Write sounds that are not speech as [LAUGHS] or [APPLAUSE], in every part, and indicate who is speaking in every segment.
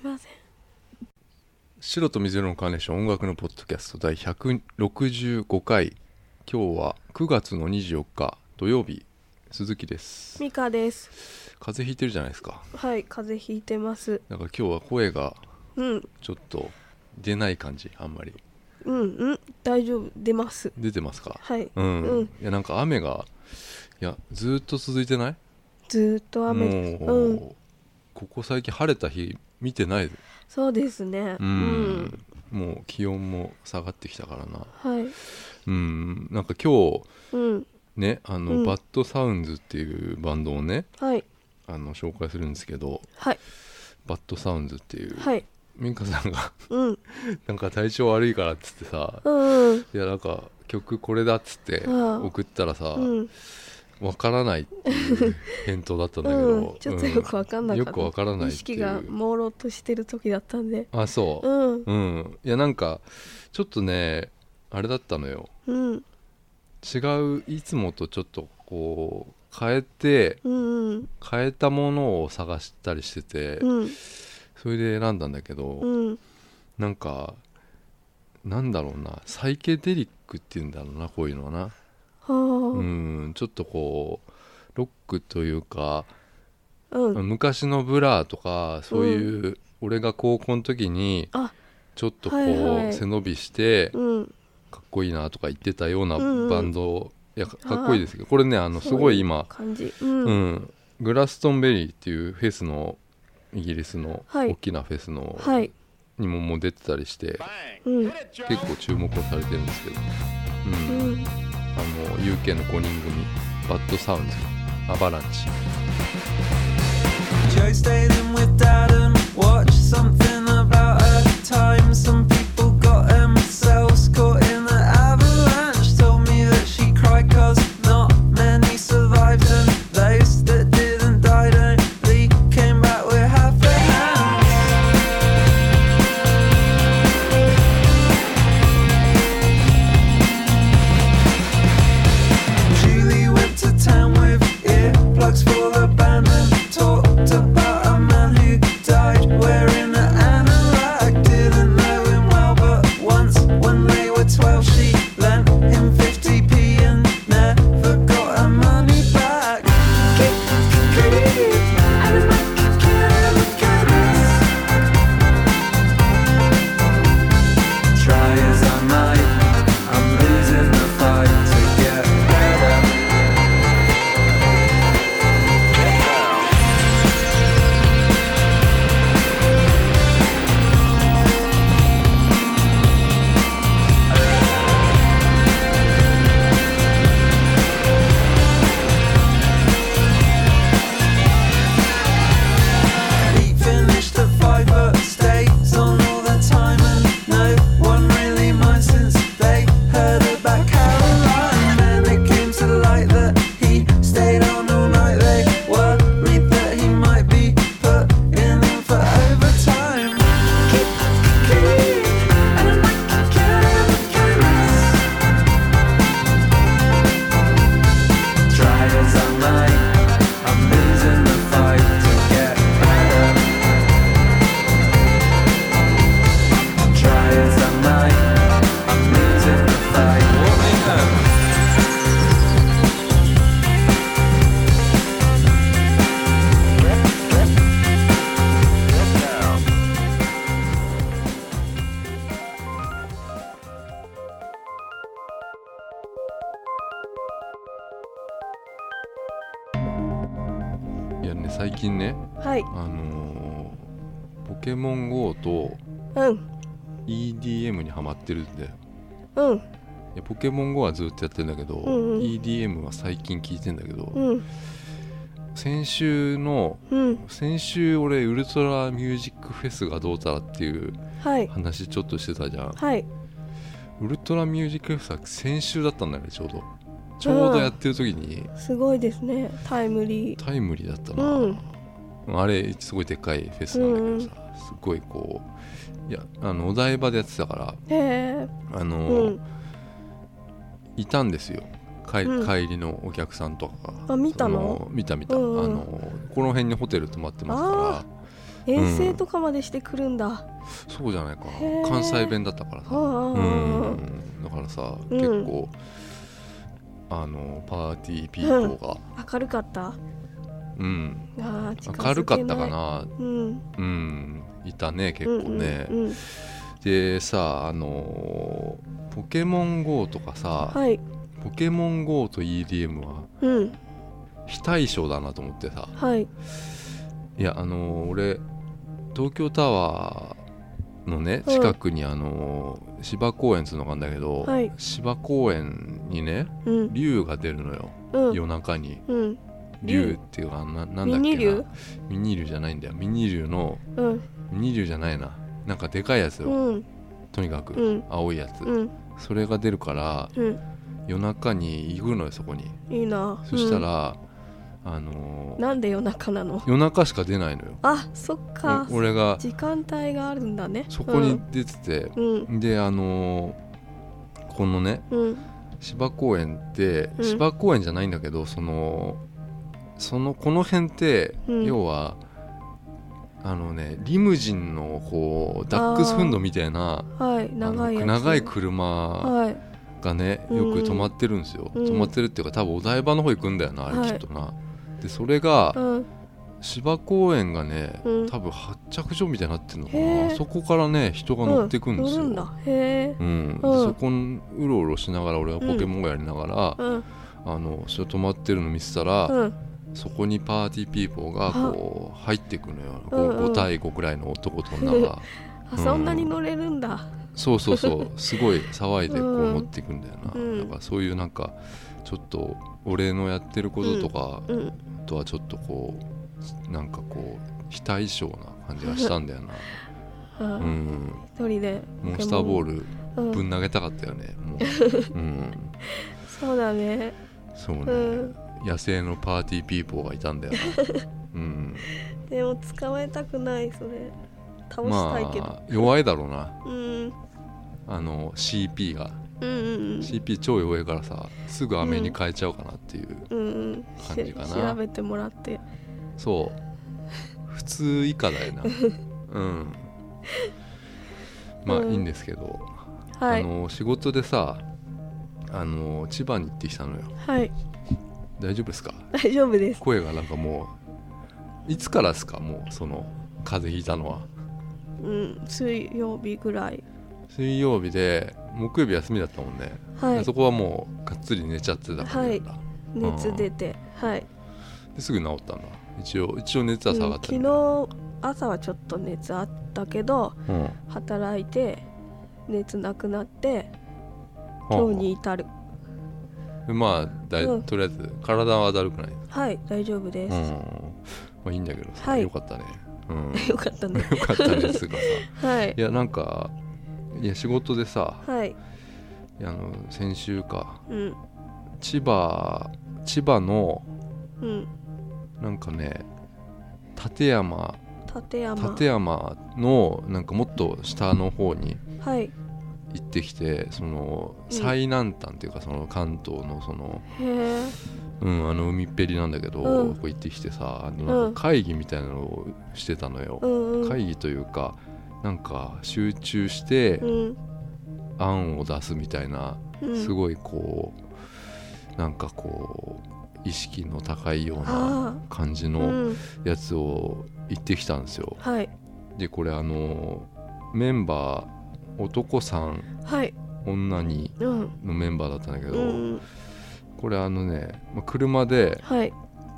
Speaker 1: いません
Speaker 2: 白と水色のカーネーション音楽のポッドキャスト第165回今日は9月の24日土曜日鈴木です
Speaker 1: ミカです
Speaker 2: 風邪ひいてるじゃないですか
Speaker 1: はい風邪ひいてます
Speaker 2: なんか今日は声が
Speaker 1: うん
Speaker 2: ちょっと出ない感じあんまり
Speaker 1: うんうん大丈夫出ます
Speaker 2: 出てますか
Speaker 1: はい
Speaker 2: うん、
Speaker 1: うん
Speaker 2: いやなんか雨がいやずーっと続いてない
Speaker 1: ずーっと雨です
Speaker 2: もう、
Speaker 1: うん
Speaker 2: ここ最近晴れた日見てない
Speaker 1: そうですね
Speaker 2: う
Speaker 1: うん
Speaker 2: ん、もう気温も下がってきたからな
Speaker 1: はい
Speaker 2: うんなんか今日
Speaker 1: うん
Speaker 2: ねあの、
Speaker 1: うん
Speaker 2: バッドサウンズっていうバンドをね
Speaker 1: はい
Speaker 2: あの紹介するんですけど
Speaker 1: はい
Speaker 2: バッドサウンズっていう、
Speaker 1: はい
Speaker 2: ミンカさんが [LAUGHS]
Speaker 1: うん
Speaker 2: なんか体調悪いからっつってさ、
Speaker 1: うんうん
Speaker 2: いやなんか曲これだっつって
Speaker 1: うん
Speaker 2: 送ったらさわ、
Speaker 1: うん
Speaker 2: からないっていう返答だったんだけど、
Speaker 1: うんちょっとよくわかんなかった
Speaker 2: よくわからな
Speaker 1: 意
Speaker 2: いって
Speaker 1: 識
Speaker 2: い
Speaker 1: が
Speaker 2: う
Speaker 1: 朦朧としてる時だったんで
Speaker 2: あそうう、
Speaker 1: ん
Speaker 2: うんいやなんかちょっとねあれだったのよ
Speaker 1: うん
Speaker 2: 違ういつもとちょっとこう変えて
Speaker 1: うんうん
Speaker 2: 変えたものを探したりしてて、
Speaker 1: うん
Speaker 2: それで選んだんだけど、
Speaker 1: うん
Speaker 2: なんかなんだろうなサイケデリックっていうんだろうなこういうのはな
Speaker 1: はあ
Speaker 2: う
Speaker 1: うん
Speaker 2: んちょっとこうロックというか、
Speaker 1: うん
Speaker 2: 昔のブラーとかそういう、俺が高校の時に
Speaker 1: あ
Speaker 2: ちょっとこう、
Speaker 1: はいはい
Speaker 2: 背伸びして
Speaker 1: うん
Speaker 2: かっこいいなとか言ってたような
Speaker 1: うんうん
Speaker 2: バンド、いやかかっこいいですけどこれねあのすごい今
Speaker 1: 感じうん
Speaker 2: う
Speaker 1: うん
Speaker 2: ん、グラストンベリーっていうフェスのイギリスの
Speaker 1: はい
Speaker 2: 大きなフェスの
Speaker 1: はい
Speaker 2: にももう出てたりして、
Speaker 3: Mm.
Speaker 1: うん
Speaker 2: 結構注目をされてるんですけど、うん
Speaker 1: うん
Speaker 2: あの UK の5人組バッドサウンズアバランチ
Speaker 3: Joe stayed in with dad and watched something about Earth time. Some people got themselves caught in the avalanche. Told me that she cried cause not many survived. And those that didn't die don't leave. Came back with half a hand. Julie went to town with earplugs for the band and talked about a man who died wearing an anorak. Didn't know him well, but once when they were 12, she lent him 50p and never got her money back. Try as I might, I'm losing the fight to get better. He finished the fight but stays on all the time and no one really minds since they heard about Caroline. Then it came to light that he stayed on all night. They worried that he might be put in for overtime. Try as I might, I'm losing the fight to get better. Try as I might, I'm losing the fight.
Speaker 2: いやね最近ね
Speaker 1: はい
Speaker 2: あのーポケモン GO と
Speaker 1: うん
Speaker 2: EDM にハマってるんでい
Speaker 1: うん
Speaker 2: やポケモン GO はずっとやってんだけど、
Speaker 1: うんうん
Speaker 2: EDM は最近聞いてんだけど、
Speaker 1: うん
Speaker 2: 先週の
Speaker 1: うん
Speaker 2: 先週俺ウルトラミュージックフェスがどうたらっていう
Speaker 1: はい
Speaker 2: 話ちょっとしてたじゃん
Speaker 1: はい
Speaker 2: ウルトラミュージックフェスは先週だったんだよねちょうどちょうどやってる時に
Speaker 1: すごいですねタイムリー
Speaker 2: タイムリーだったな、あれすごいでっかいフェスなんだけどさ、すごいこういやあのお台場でやってたか
Speaker 1: へえ
Speaker 2: らあの、
Speaker 1: うん
Speaker 2: いたんですよ帰,、
Speaker 1: うん
Speaker 2: 帰りのお客さんとかが
Speaker 1: あ見たの
Speaker 2: そ見た見た、
Speaker 1: うんうん
Speaker 2: あのこの辺にホテル泊まってますか
Speaker 1: 遠征とかまでしてくるんだ、
Speaker 2: そうじゃないかな
Speaker 1: へー
Speaker 2: 関西弁だったからさ
Speaker 1: ああああああ
Speaker 2: うんだからさ、
Speaker 1: うん
Speaker 2: 結構あのパーティーピーポーが、
Speaker 1: 明るかったあ
Speaker 2: うん
Speaker 1: ー近づけない
Speaker 2: 明るかったかな
Speaker 1: うん
Speaker 2: うんいたね結構ね、
Speaker 1: うんうんうん
Speaker 2: でさあのーポケモン GO」とかさ、
Speaker 1: はい
Speaker 2: ポケモン GO と EDM は
Speaker 1: うん
Speaker 2: 非対称だなと思ってさ
Speaker 1: はい
Speaker 2: いやあのー俺東京タワーのね近くにあのー芝公園っつうのがあるんだけど、
Speaker 1: はい
Speaker 2: 芝公園にね
Speaker 1: うん
Speaker 2: 竜が出るのよ、
Speaker 1: うん
Speaker 2: 夜中に
Speaker 1: うん
Speaker 2: 竜っていうかななんだっ
Speaker 1: ミ
Speaker 2: け
Speaker 1: ニ竜
Speaker 2: なミニ竜じゃないんだよミニ竜の
Speaker 1: うん
Speaker 2: ミニ竜じゃないななんかでかいやつよ、
Speaker 1: うん
Speaker 2: とにかく、
Speaker 1: うん
Speaker 2: 青いやつ、
Speaker 1: うん
Speaker 2: それが出るから
Speaker 1: うん
Speaker 2: 夜中に行くのよそこに
Speaker 1: いいな
Speaker 2: そした、ら、あの
Speaker 1: うん
Speaker 2: ー
Speaker 1: なんで夜中なの
Speaker 2: 夜中しか出ないのよ
Speaker 1: あそっか
Speaker 2: お俺が
Speaker 1: 時間帯があるんだね
Speaker 2: そこに出てて、
Speaker 1: うん
Speaker 2: であのーこのね
Speaker 1: うん
Speaker 2: 芝公園って、
Speaker 1: うん
Speaker 2: 芝公園じゃないんだけどそのそのこの辺って、
Speaker 1: うん
Speaker 2: 要はあのねリムジンのこうダックスフンドみたいな
Speaker 1: はい
Speaker 2: あの
Speaker 1: 長いやつ
Speaker 2: 長い車
Speaker 1: はい
Speaker 2: がね
Speaker 1: うん
Speaker 2: よく止まってるんですよ、
Speaker 1: うん
Speaker 2: 止まってるっていうか多分お台場の方行くんだよなあ
Speaker 1: は
Speaker 2: れ
Speaker 1: い
Speaker 2: きっとな、でそれが
Speaker 1: うん
Speaker 2: 芝公園がね、
Speaker 1: うん
Speaker 2: 多分発着所みたいになってるのか
Speaker 1: へ
Speaker 2: な
Speaker 1: ー
Speaker 2: あそこからね人が乗ってくんです
Speaker 1: う
Speaker 2: よ、
Speaker 1: 乗るんだへえ
Speaker 2: うんで
Speaker 1: うん
Speaker 2: そこにうろうろしながら俺はポケモンをやりながら、
Speaker 1: うん
Speaker 2: あの人止まってるの見てたら、
Speaker 1: うん
Speaker 2: そこにパーティーピーポーがこう入ってくのよ、こう
Speaker 1: うんうん
Speaker 2: 5対5ぐらいの男と女
Speaker 1: [LAUGHS]
Speaker 2: が
Speaker 1: あそんなに乗れるんだ
Speaker 2: そうそうそうすごい騒いでこ
Speaker 1: う
Speaker 2: うん持っていくんだよな、
Speaker 1: うん
Speaker 2: だからそういうなんかちょっと俺のやってることとか
Speaker 1: うん
Speaker 2: とはちょっとこうなんかこう非対称な感じがしたんだよな、
Speaker 1: う
Speaker 2: うんん、
Speaker 1: 一人で
Speaker 2: モンスターボール
Speaker 1: ルう
Speaker 2: ぶ
Speaker 1: ん
Speaker 2: ん投げたかったよねもう、
Speaker 1: [LAUGHS]
Speaker 2: うん、
Speaker 1: そうだね
Speaker 2: そうね、
Speaker 1: うん
Speaker 2: 野生のパーティーピーポーがいたんだ
Speaker 1: [LAUGHS]
Speaker 2: よな、うん
Speaker 1: でも捕まえたくないそれ倒したいけど
Speaker 2: まあ弱いだろうな
Speaker 1: うん
Speaker 2: あの CP が、
Speaker 1: うんうん
Speaker 2: CP 超弱いからさすぐ飴に変えちゃうかなっていう、
Speaker 1: うんうん
Speaker 2: 感じかな
Speaker 1: し調べてもらって
Speaker 2: そう普通以下
Speaker 1: [LAUGHS]
Speaker 2: だよなうんまあ、
Speaker 1: うん
Speaker 2: いいんですけど、
Speaker 1: は
Speaker 2: あ
Speaker 1: い
Speaker 2: の仕事でさあの千葉に行ってきたのよ
Speaker 1: はい
Speaker 2: 大丈夫ですか
Speaker 1: 大丈夫です
Speaker 2: 声がなんかもういつからですかもうその風邪ひいたのは
Speaker 1: うん水曜日ぐらい
Speaker 2: 水曜日で木曜日休みだったもんね、
Speaker 1: はい
Speaker 2: そこはもうがっつり寝ちゃってたから、
Speaker 1: はい熱出てはい
Speaker 2: ですぐ治ったんだ一応一応熱は下が
Speaker 1: うん
Speaker 2: っ
Speaker 1: 昨
Speaker 2: た、ね
Speaker 1: 日朝はちょっと熱あったけど
Speaker 2: うん
Speaker 1: 働いて熱なくなって
Speaker 2: は
Speaker 1: 今
Speaker 2: あ
Speaker 1: 日に至る
Speaker 2: まあだい
Speaker 1: うん
Speaker 2: とりあえず体はだるくない、
Speaker 1: はい大丈夫です、
Speaker 2: うんまあいいんだけどさ、
Speaker 1: はい
Speaker 2: よかったね、うん
Speaker 1: よかったね
Speaker 2: [LAUGHS] よかったねすが
Speaker 1: [LAUGHS]
Speaker 2: さ
Speaker 1: はい
Speaker 2: いやなんかいや仕事でさ
Speaker 1: はい
Speaker 2: いやあの先週か
Speaker 1: うん
Speaker 2: 千葉千葉の
Speaker 1: うん
Speaker 2: なんかね館山
Speaker 1: 立山
Speaker 2: 館山のなんかもっと下の方に
Speaker 1: はい
Speaker 2: 行ってきてその
Speaker 1: うん
Speaker 2: 最南端っていうかその関東のその、
Speaker 1: へえ
Speaker 2: うん、あの海っぺりなんだけど、
Speaker 1: うん
Speaker 2: こう行ってきてさあのなんか会議みたいなのをしてたのよ
Speaker 1: う、んうん
Speaker 2: 会議というかなんか集中して
Speaker 1: うん
Speaker 2: 案を出すみたい
Speaker 1: う
Speaker 2: な、
Speaker 1: ん
Speaker 2: すごいこうなんかこう意識の高いような
Speaker 1: あ
Speaker 2: 感じ
Speaker 1: あ
Speaker 2: の
Speaker 1: うん
Speaker 2: やつを行ってきたんですよ。
Speaker 1: はい
Speaker 2: でこれあのメンバー男さん
Speaker 1: はい
Speaker 2: 女に
Speaker 1: うん
Speaker 2: のメンバーだったんだけど、
Speaker 1: うん
Speaker 2: これあのね、まあ車で
Speaker 1: はい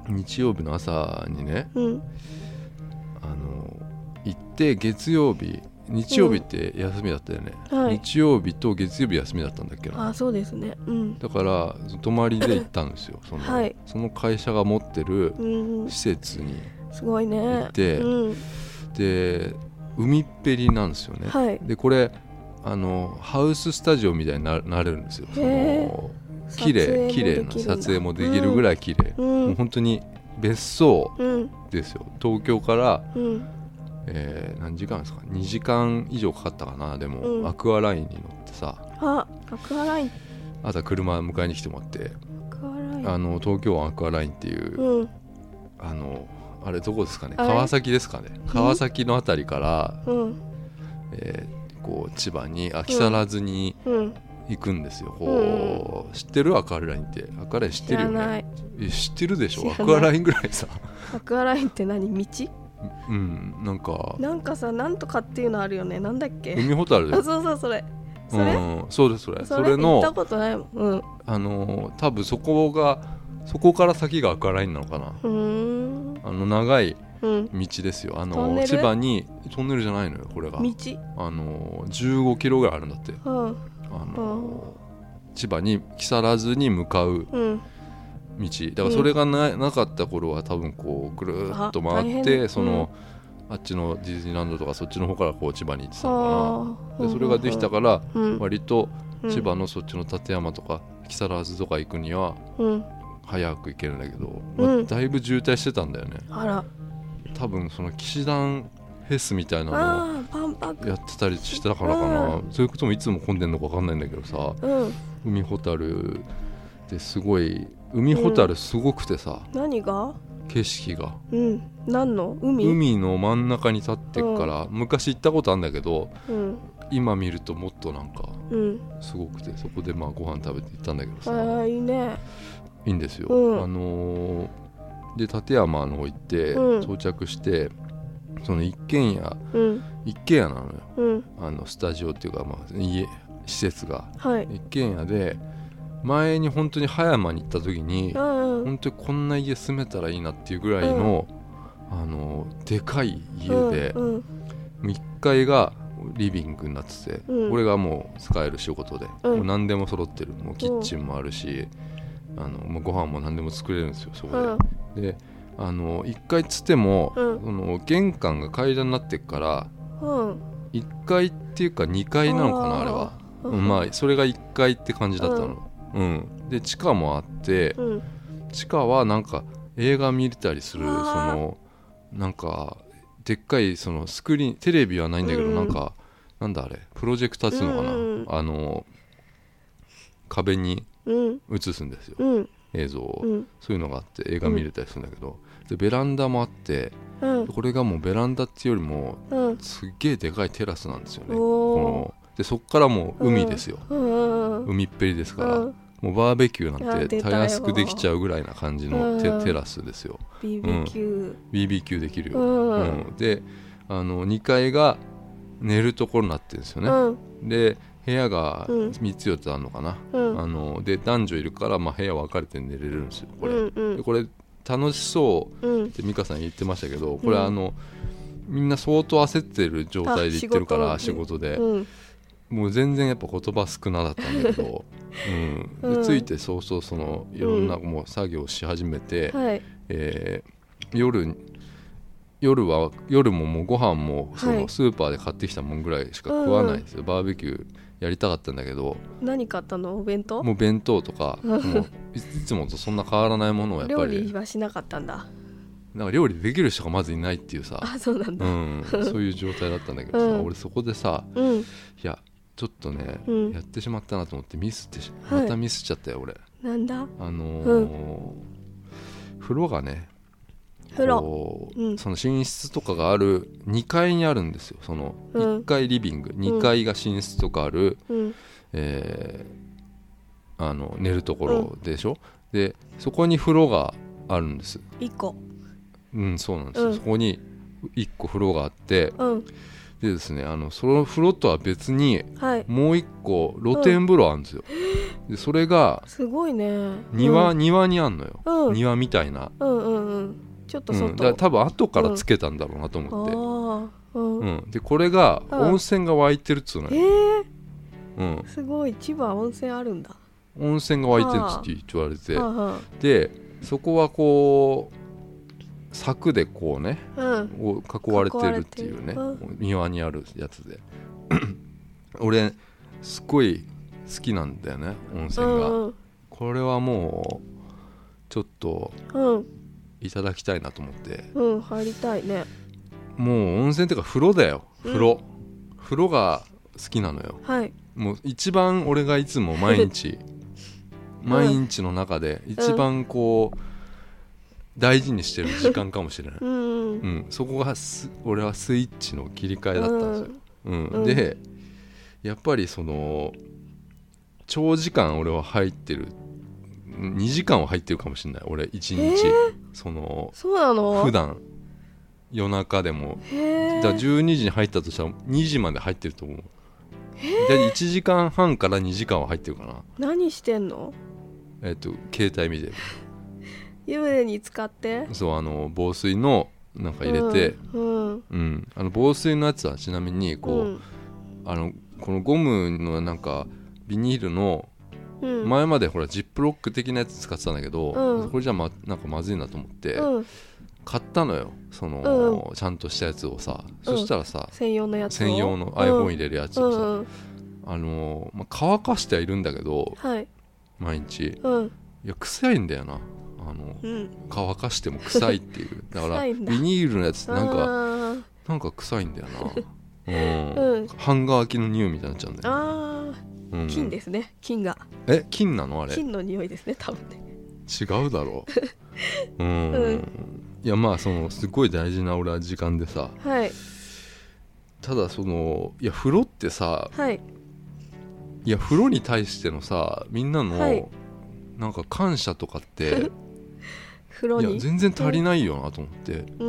Speaker 2: 日曜日の朝にね
Speaker 1: うん
Speaker 2: あの行って月曜日日曜日って休みだったよね、
Speaker 1: はい
Speaker 2: 日曜日と月曜日休みだったんだっけな
Speaker 1: あそうですねうん
Speaker 2: だから泊まりで行ったんですよその,、
Speaker 1: はい
Speaker 2: その会社が持ってる
Speaker 1: うん
Speaker 2: 施設に
Speaker 1: すごいね
Speaker 2: 行って
Speaker 1: うん
Speaker 2: で海っぺりなんですよね、
Speaker 1: はい
Speaker 2: でこれあのハウススタジオみたいにななれるんですよそ
Speaker 1: へ
Speaker 2: の綺麗綺麗な撮影もできるぐ
Speaker 1: い
Speaker 2: らい綺麗、
Speaker 1: うん
Speaker 2: もう本当に別荘
Speaker 1: うん
Speaker 2: ですよ東京から
Speaker 1: うん
Speaker 2: えー何時間ですか2時間以上かかったかなでも、
Speaker 1: うん
Speaker 2: アクアラインに乗ってさ
Speaker 1: あアクアライン
Speaker 2: あとは車迎えに来てもらって、
Speaker 1: アクアライン
Speaker 2: あの東京湾アクアラインっていう、
Speaker 1: うん
Speaker 2: あのあれどこですかね
Speaker 1: あれ
Speaker 2: 川崎ですかね川崎の辺りから、
Speaker 1: うん
Speaker 2: えーこう千葉にあ木更津に
Speaker 1: うん
Speaker 2: 行くんですよ、こう知ってるアクアラインってアクアライン知っ
Speaker 1: 知
Speaker 2: てる
Speaker 1: ら
Speaker 2: よ
Speaker 1: な
Speaker 2: ね
Speaker 1: い
Speaker 2: え知ってるで
Speaker 1: 知
Speaker 2: しょ
Speaker 1: ら
Speaker 2: ア
Speaker 1: ない
Speaker 2: クアラインぐらいさ [LAUGHS]
Speaker 1: アクアラインって何道
Speaker 2: うんなんか
Speaker 1: なんかさなんとかっていうのあるよねなんだっけ
Speaker 2: 海ほたる
Speaker 1: あそうそうそれそれ、
Speaker 2: うん、そうですそれそ
Speaker 1: それ
Speaker 2: れ
Speaker 1: 行った
Speaker 2: の
Speaker 1: ことないもんうんう
Speaker 2: あのー多分そこがそこから先がアクアラインなのかな
Speaker 1: ーん
Speaker 2: あの長い
Speaker 1: うん
Speaker 2: 道ですよあ
Speaker 1: トン
Speaker 2: の
Speaker 1: ネル
Speaker 2: 千葉にトンネルじゃないのよこれが
Speaker 1: 道
Speaker 2: あの15キロぐらいあるんだって
Speaker 1: うん
Speaker 2: あの千葉に木更津に向かう
Speaker 1: うん
Speaker 2: 道だからそれがな,、なかった頃は多分こうぐるーっと回っ
Speaker 1: あ大
Speaker 2: て
Speaker 1: 変
Speaker 2: その、あっちのディズニーランドとかそっちの方からこう千葉に行ってたの
Speaker 1: は
Speaker 2: か
Speaker 1: あ
Speaker 2: なでそれができたから
Speaker 1: うん
Speaker 2: 割と千葉
Speaker 1: の
Speaker 2: のそっちの館山とか木更津とか行くには
Speaker 1: うん
Speaker 2: 早く行けるんだけど、
Speaker 1: うん
Speaker 2: まあだいぶ渋滞してたんだよね
Speaker 1: あら
Speaker 2: 多分その騎士団フェスみたいなのを
Speaker 1: あーパンパク
Speaker 2: やってたりしてたからかな、
Speaker 1: う
Speaker 2: そういうこともいつも混んでんのか分かんないんだけどさ
Speaker 1: うん
Speaker 2: 海ほたるってすごい海ほたるすごくてさ、
Speaker 1: 何が
Speaker 2: 景色が
Speaker 1: うん何の海
Speaker 2: 海の真ん中に立ってっから、昔行ったことあるんだけど
Speaker 1: うん
Speaker 2: 今見るともっとなんか
Speaker 1: うん
Speaker 2: すごくてそこでまあご飯食べて行ったんだけど
Speaker 1: あ
Speaker 2: さ、
Speaker 1: ーいいね
Speaker 2: いいんですよ、
Speaker 1: うん
Speaker 2: あのーで立山の方行って、
Speaker 1: うん
Speaker 2: 到着してその一軒家
Speaker 1: うん
Speaker 2: 一軒家なのよ
Speaker 1: うん
Speaker 2: あのスタジオっていうか、まあ、家施設が
Speaker 1: はい
Speaker 2: 一軒家で前に本当に葉山に行った時に
Speaker 1: うんうん
Speaker 2: 本当にこんな家住めたらいいなっていうぐらいの、あのでかい家で、
Speaker 1: うんうん
Speaker 2: 1階がリビングになってて、
Speaker 1: うん
Speaker 2: これがもう使える仕事で、
Speaker 1: うん
Speaker 2: もう何でも揃ってるもうキッチンもあるし、あのもうご飯も何でも作れるんですよそこ
Speaker 1: うん
Speaker 2: で。であの1階つっても、
Speaker 1: うん
Speaker 2: その玄関が階段になってっから
Speaker 1: うん
Speaker 2: 1階っていうか2階なのかな
Speaker 1: あー
Speaker 2: あれは。
Speaker 1: う
Speaker 2: うん
Speaker 1: ん
Speaker 2: まあそれが1階って感じだったの、うんで地下もあって
Speaker 1: うん
Speaker 2: 地下はなんか映画見れたりするそ
Speaker 1: わあ
Speaker 2: のなんかでっかいそのスクリーンテレビはないんだけど、
Speaker 1: うん
Speaker 2: なんかなんだあれプロジェクターっつうのかな、
Speaker 1: うんうん
Speaker 2: あの壁に
Speaker 1: うん
Speaker 2: 映すんですよ
Speaker 1: うん
Speaker 2: 映像を、
Speaker 1: うん
Speaker 2: そういうのがあって映画見れたりするんだけど、でベランダもあって
Speaker 1: うん
Speaker 2: これがもうベランダっていうよりも
Speaker 1: うん
Speaker 2: すっげえでかいテラスなんですよね
Speaker 1: おー
Speaker 2: このでそっからもう海ですよ、
Speaker 1: うん
Speaker 2: 海っぺりですから、
Speaker 1: うん
Speaker 2: もうバーベキューな
Speaker 1: あ
Speaker 2: んて
Speaker 1: 出た
Speaker 2: た
Speaker 1: よ
Speaker 2: やすくできちゃうぐらいな感じのテ,、
Speaker 1: うん
Speaker 2: テラスですよ
Speaker 1: BBQ
Speaker 2: BBQ できる
Speaker 1: う
Speaker 2: よ、
Speaker 1: んう
Speaker 2: うんであの2階が寝るところになってるんですよね、
Speaker 1: ん
Speaker 2: で部屋が
Speaker 1: うん
Speaker 2: 3つ4つあるのかな、
Speaker 1: うん
Speaker 2: あので男女いるから、まあ、部屋分かれて寝れるんですよこれ、
Speaker 1: うんう
Speaker 2: で
Speaker 1: ん
Speaker 2: これ楽しそう
Speaker 1: うん
Speaker 2: って美香さん言ってましたけどこれ、
Speaker 1: うん
Speaker 2: あのみんな相当焦ってる状態で行ってるから
Speaker 1: あ
Speaker 2: 仕
Speaker 1: 仕
Speaker 2: 事で、
Speaker 1: うん
Speaker 2: もう全然やっぱ言葉少なだったんだけど、うんで
Speaker 1: うん
Speaker 2: ついて早々そのいろんなもう作業し始めて、
Speaker 1: はい
Speaker 2: えー夜夜は夜ももうご飯もそ
Speaker 1: は
Speaker 2: の
Speaker 1: い
Speaker 2: スーパーで買ってきたもんぐらいしか食わないんですよ、バーベキューやりたかったんだけど
Speaker 1: 何買ったのお弁当
Speaker 2: もう弁当
Speaker 1: [LAUGHS]
Speaker 2: とかも
Speaker 1: う
Speaker 2: うんいいつもとそんな変わらないものをやっ
Speaker 1: 料
Speaker 2: ぱ
Speaker 1: 理
Speaker 2: り
Speaker 1: はしなかったんだ
Speaker 2: なんか料理できる人がまずいないっていうさ、
Speaker 1: あそうなん
Speaker 2: う
Speaker 1: だ
Speaker 2: ん、そういう状態だったんだけどさ、
Speaker 1: うん
Speaker 2: 俺そこでさ
Speaker 1: うん
Speaker 2: いやちょっとね、
Speaker 1: うん
Speaker 2: やってしまったなと思ってミスってし
Speaker 1: はい
Speaker 2: またミスっちゃったよ、俺
Speaker 1: なんだ
Speaker 2: あのー風呂がね
Speaker 1: 風呂
Speaker 2: こう
Speaker 1: うん
Speaker 2: その寝室とかがある2階にあるんですよその
Speaker 1: うん
Speaker 2: 1階リビング、2階が寝室とかある、
Speaker 1: うん
Speaker 2: えーあの寝るところでしょ、でそこに風呂があるんです
Speaker 1: 一個
Speaker 2: うんそうなんですよ、
Speaker 1: うん
Speaker 2: そこに1個風呂があって
Speaker 1: うん
Speaker 2: でですねあのその風呂とは別に
Speaker 1: はい
Speaker 2: もう1個露天風呂あるんですよ、でそれが
Speaker 1: すごいね
Speaker 2: 庭、
Speaker 1: うん
Speaker 2: 庭にあんのよ、
Speaker 1: うん
Speaker 2: 庭みたいな
Speaker 1: うんうんうんちょっと
Speaker 2: うん、だか
Speaker 1: 外
Speaker 2: ら多分後からつけたんだろうなと思っ
Speaker 1: ああ
Speaker 2: て、
Speaker 1: うん、
Speaker 2: うんでこれが
Speaker 1: うん
Speaker 2: 温泉が湧いてるっつうの
Speaker 1: え
Speaker 2: よ、
Speaker 1: ー、
Speaker 2: うん、
Speaker 1: すごい千葉温泉あるんだ
Speaker 2: 温泉が湧いてるって言われて
Speaker 1: はあは
Speaker 2: でそこはこう柵でこうね
Speaker 1: あうん
Speaker 2: を囲われてるっていうね
Speaker 1: 囲われて
Speaker 2: 庭にあるやつで [CLEARS THROAT] 俺すごい好きなんだよね温
Speaker 1: う
Speaker 2: 泉が、
Speaker 1: んうん
Speaker 2: これはもうちょっと
Speaker 1: うん
Speaker 2: いただきたいなと思って
Speaker 1: うん入りたいね
Speaker 2: もう温泉っていうか風呂だよ風呂、風呂が好きなのよ
Speaker 1: はい
Speaker 2: もう一番俺がいつも毎日毎日の中で一番こう、大事にしてる時間かもしれない
Speaker 1: う、ん
Speaker 2: う。ん、そこがす俺はスイッチの切り替えだったんですよ、うん
Speaker 1: うん
Speaker 2: でやっぱりその長時間俺は入ってる2時間は入ってるかもしれない俺1日、
Speaker 1: えー
Speaker 2: その
Speaker 1: そうなの
Speaker 2: 普段夜中でも
Speaker 1: へえ
Speaker 2: だから12時に入ったとしたら2時まで入ってると思う、で1時間半から2時間は入ってるかな
Speaker 1: 何してんの
Speaker 2: えっ、と携帯見てる
Speaker 1: 湯船に使って
Speaker 2: そうあの防水のなんか入れて、
Speaker 1: うんうん
Speaker 2: うんあの防水のやつはちなみにこう、
Speaker 1: うん
Speaker 2: あのこのゴムのなんかビニールの
Speaker 1: うん
Speaker 2: 前までほらジップロック的なやつ使ってたんだけど、
Speaker 1: うん
Speaker 2: これじゃまなんかまずいなと思って、
Speaker 1: うん
Speaker 2: 買ったのよその、
Speaker 1: う
Speaker 2: ちゃんとしたやつをさ、
Speaker 1: うん
Speaker 2: そしたらさ
Speaker 1: 専用のやつを
Speaker 2: 専用の iPhone 入れるやつ
Speaker 1: うん
Speaker 2: を
Speaker 1: う
Speaker 2: さ、
Speaker 1: んうん
Speaker 2: あのーまあ、乾かしてはいるんだけど
Speaker 1: はい
Speaker 2: 毎日
Speaker 1: うん
Speaker 2: いや臭いんだよなあの
Speaker 1: うん
Speaker 2: 乾かしても臭いっていう
Speaker 1: [LAUGHS]
Speaker 2: だから
Speaker 1: 臭い
Speaker 2: ビ
Speaker 1: んだ
Speaker 2: ニールのやつなんか
Speaker 1: か
Speaker 2: なんか臭いんだ
Speaker 1: [LAUGHS]
Speaker 2: よなう、
Speaker 1: うんん
Speaker 2: ハンガー空きの匂いみたいになっちゃうんだよ、
Speaker 1: あー
Speaker 2: うん、
Speaker 1: 金ですね金が
Speaker 2: え金なのあれ
Speaker 1: 金の匂いですね多分ね
Speaker 2: 違うだ
Speaker 1: [LAUGHS]
Speaker 2: ろううん、
Speaker 1: うん
Speaker 2: いやまあそのすごい大事な俺は時間でさ
Speaker 1: はい
Speaker 2: ただそのいや風呂ってさ
Speaker 1: はい
Speaker 2: いや風呂に対してのさみんなの、
Speaker 1: はい
Speaker 2: なんか感謝とかって
Speaker 1: [LAUGHS] 風呂
Speaker 2: いや
Speaker 1: に
Speaker 2: 全然足りないよなと思って
Speaker 1: う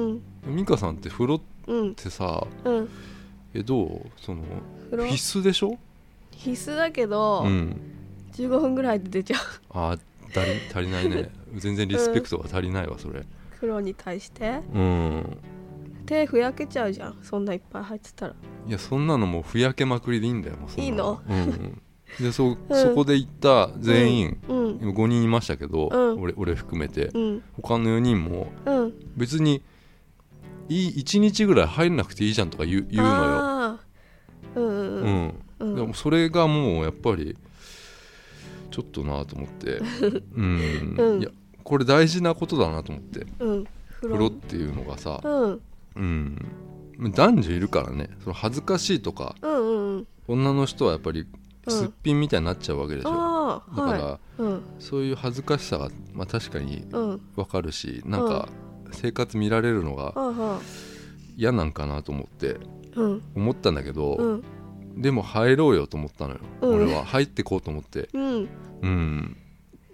Speaker 1: ん
Speaker 2: 美香さんって風呂っ
Speaker 1: うん
Speaker 2: てさ
Speaker 1: うん
Speaker 2: えどうその
Speaker 1: 風呂
Speaker 2: 必須でしょ
Speaker 1: 必須だけど
Speaker 2: うん
Speaker 1: 15分ぐらいで出ちゃう
Speaker 2: あー足り足りないね全然リスペクトが足りないわそれ
Speaker 1: 風呂に対して
Speaker 2: うん
Speaker 1: 手ふやけちゃうじゃんそんないっぱい入ってたら
Speaker 2: いやそんなのもうふやけまくりでいいんだよもうそんなのうんうん、でそ
Speaker 1: うん
Speaker 2: そこで行った全員、
Speaker 1: うん
Speaker 2: 今5人いましたけど、
Speaker 1: うん
Speaker 2: 俺俺含めて
Speaker 1: うん
Speaker 2: 他の4人も
Speaker 1: うん
Speaker 2: 別にいい1日ぐらい入らなくていいじゃんとか言う言うのよ、
Speaker 1: あーうんう
Speaker 2: うんん
Speaker 1: うん
Speaker 2: で
Speaker 1: うん
Speaker 2: もそれがもうやっぱりちょっとなと思ってうん、
Speaker 1: [LAUGHS] うん
Speaker 2: いやこれ大事なことだなと思って
Speaker 1: うん風
Speaker 2: 風呂っていうのがさ、
Speaker 1: うん
Speaker 2: うん、男女いるからねその恥ずかしいとか
Speaker 1: うんうんうん
Speaker 2: 女の人はやっぱり
Speaker 1: うん
Speaker 2: すっぴんみたいになっちゃうわけでしょ、
Speaker 1: ああ
Speaker 2: だから、
Speaker 1: はいうん
Speaker 2: そういう恥ずかしさが、まあ、確かに
Speaker 1: うん
Speaker 2: わかるしなんか生活見られるのが
Speaker 1: ああはあ
Speaker 2: 嫌なんかなと思って
Speaker 1: うん
Speaker 2: 思ったんだけど、
Speaker 1: うん
Speaker 2: でも入ろうよと思ったのよ、
Speaker 1: うん
Speaker 2: 俺は入ってこうと思って
Speaker 1: うん
Speaker 2: うん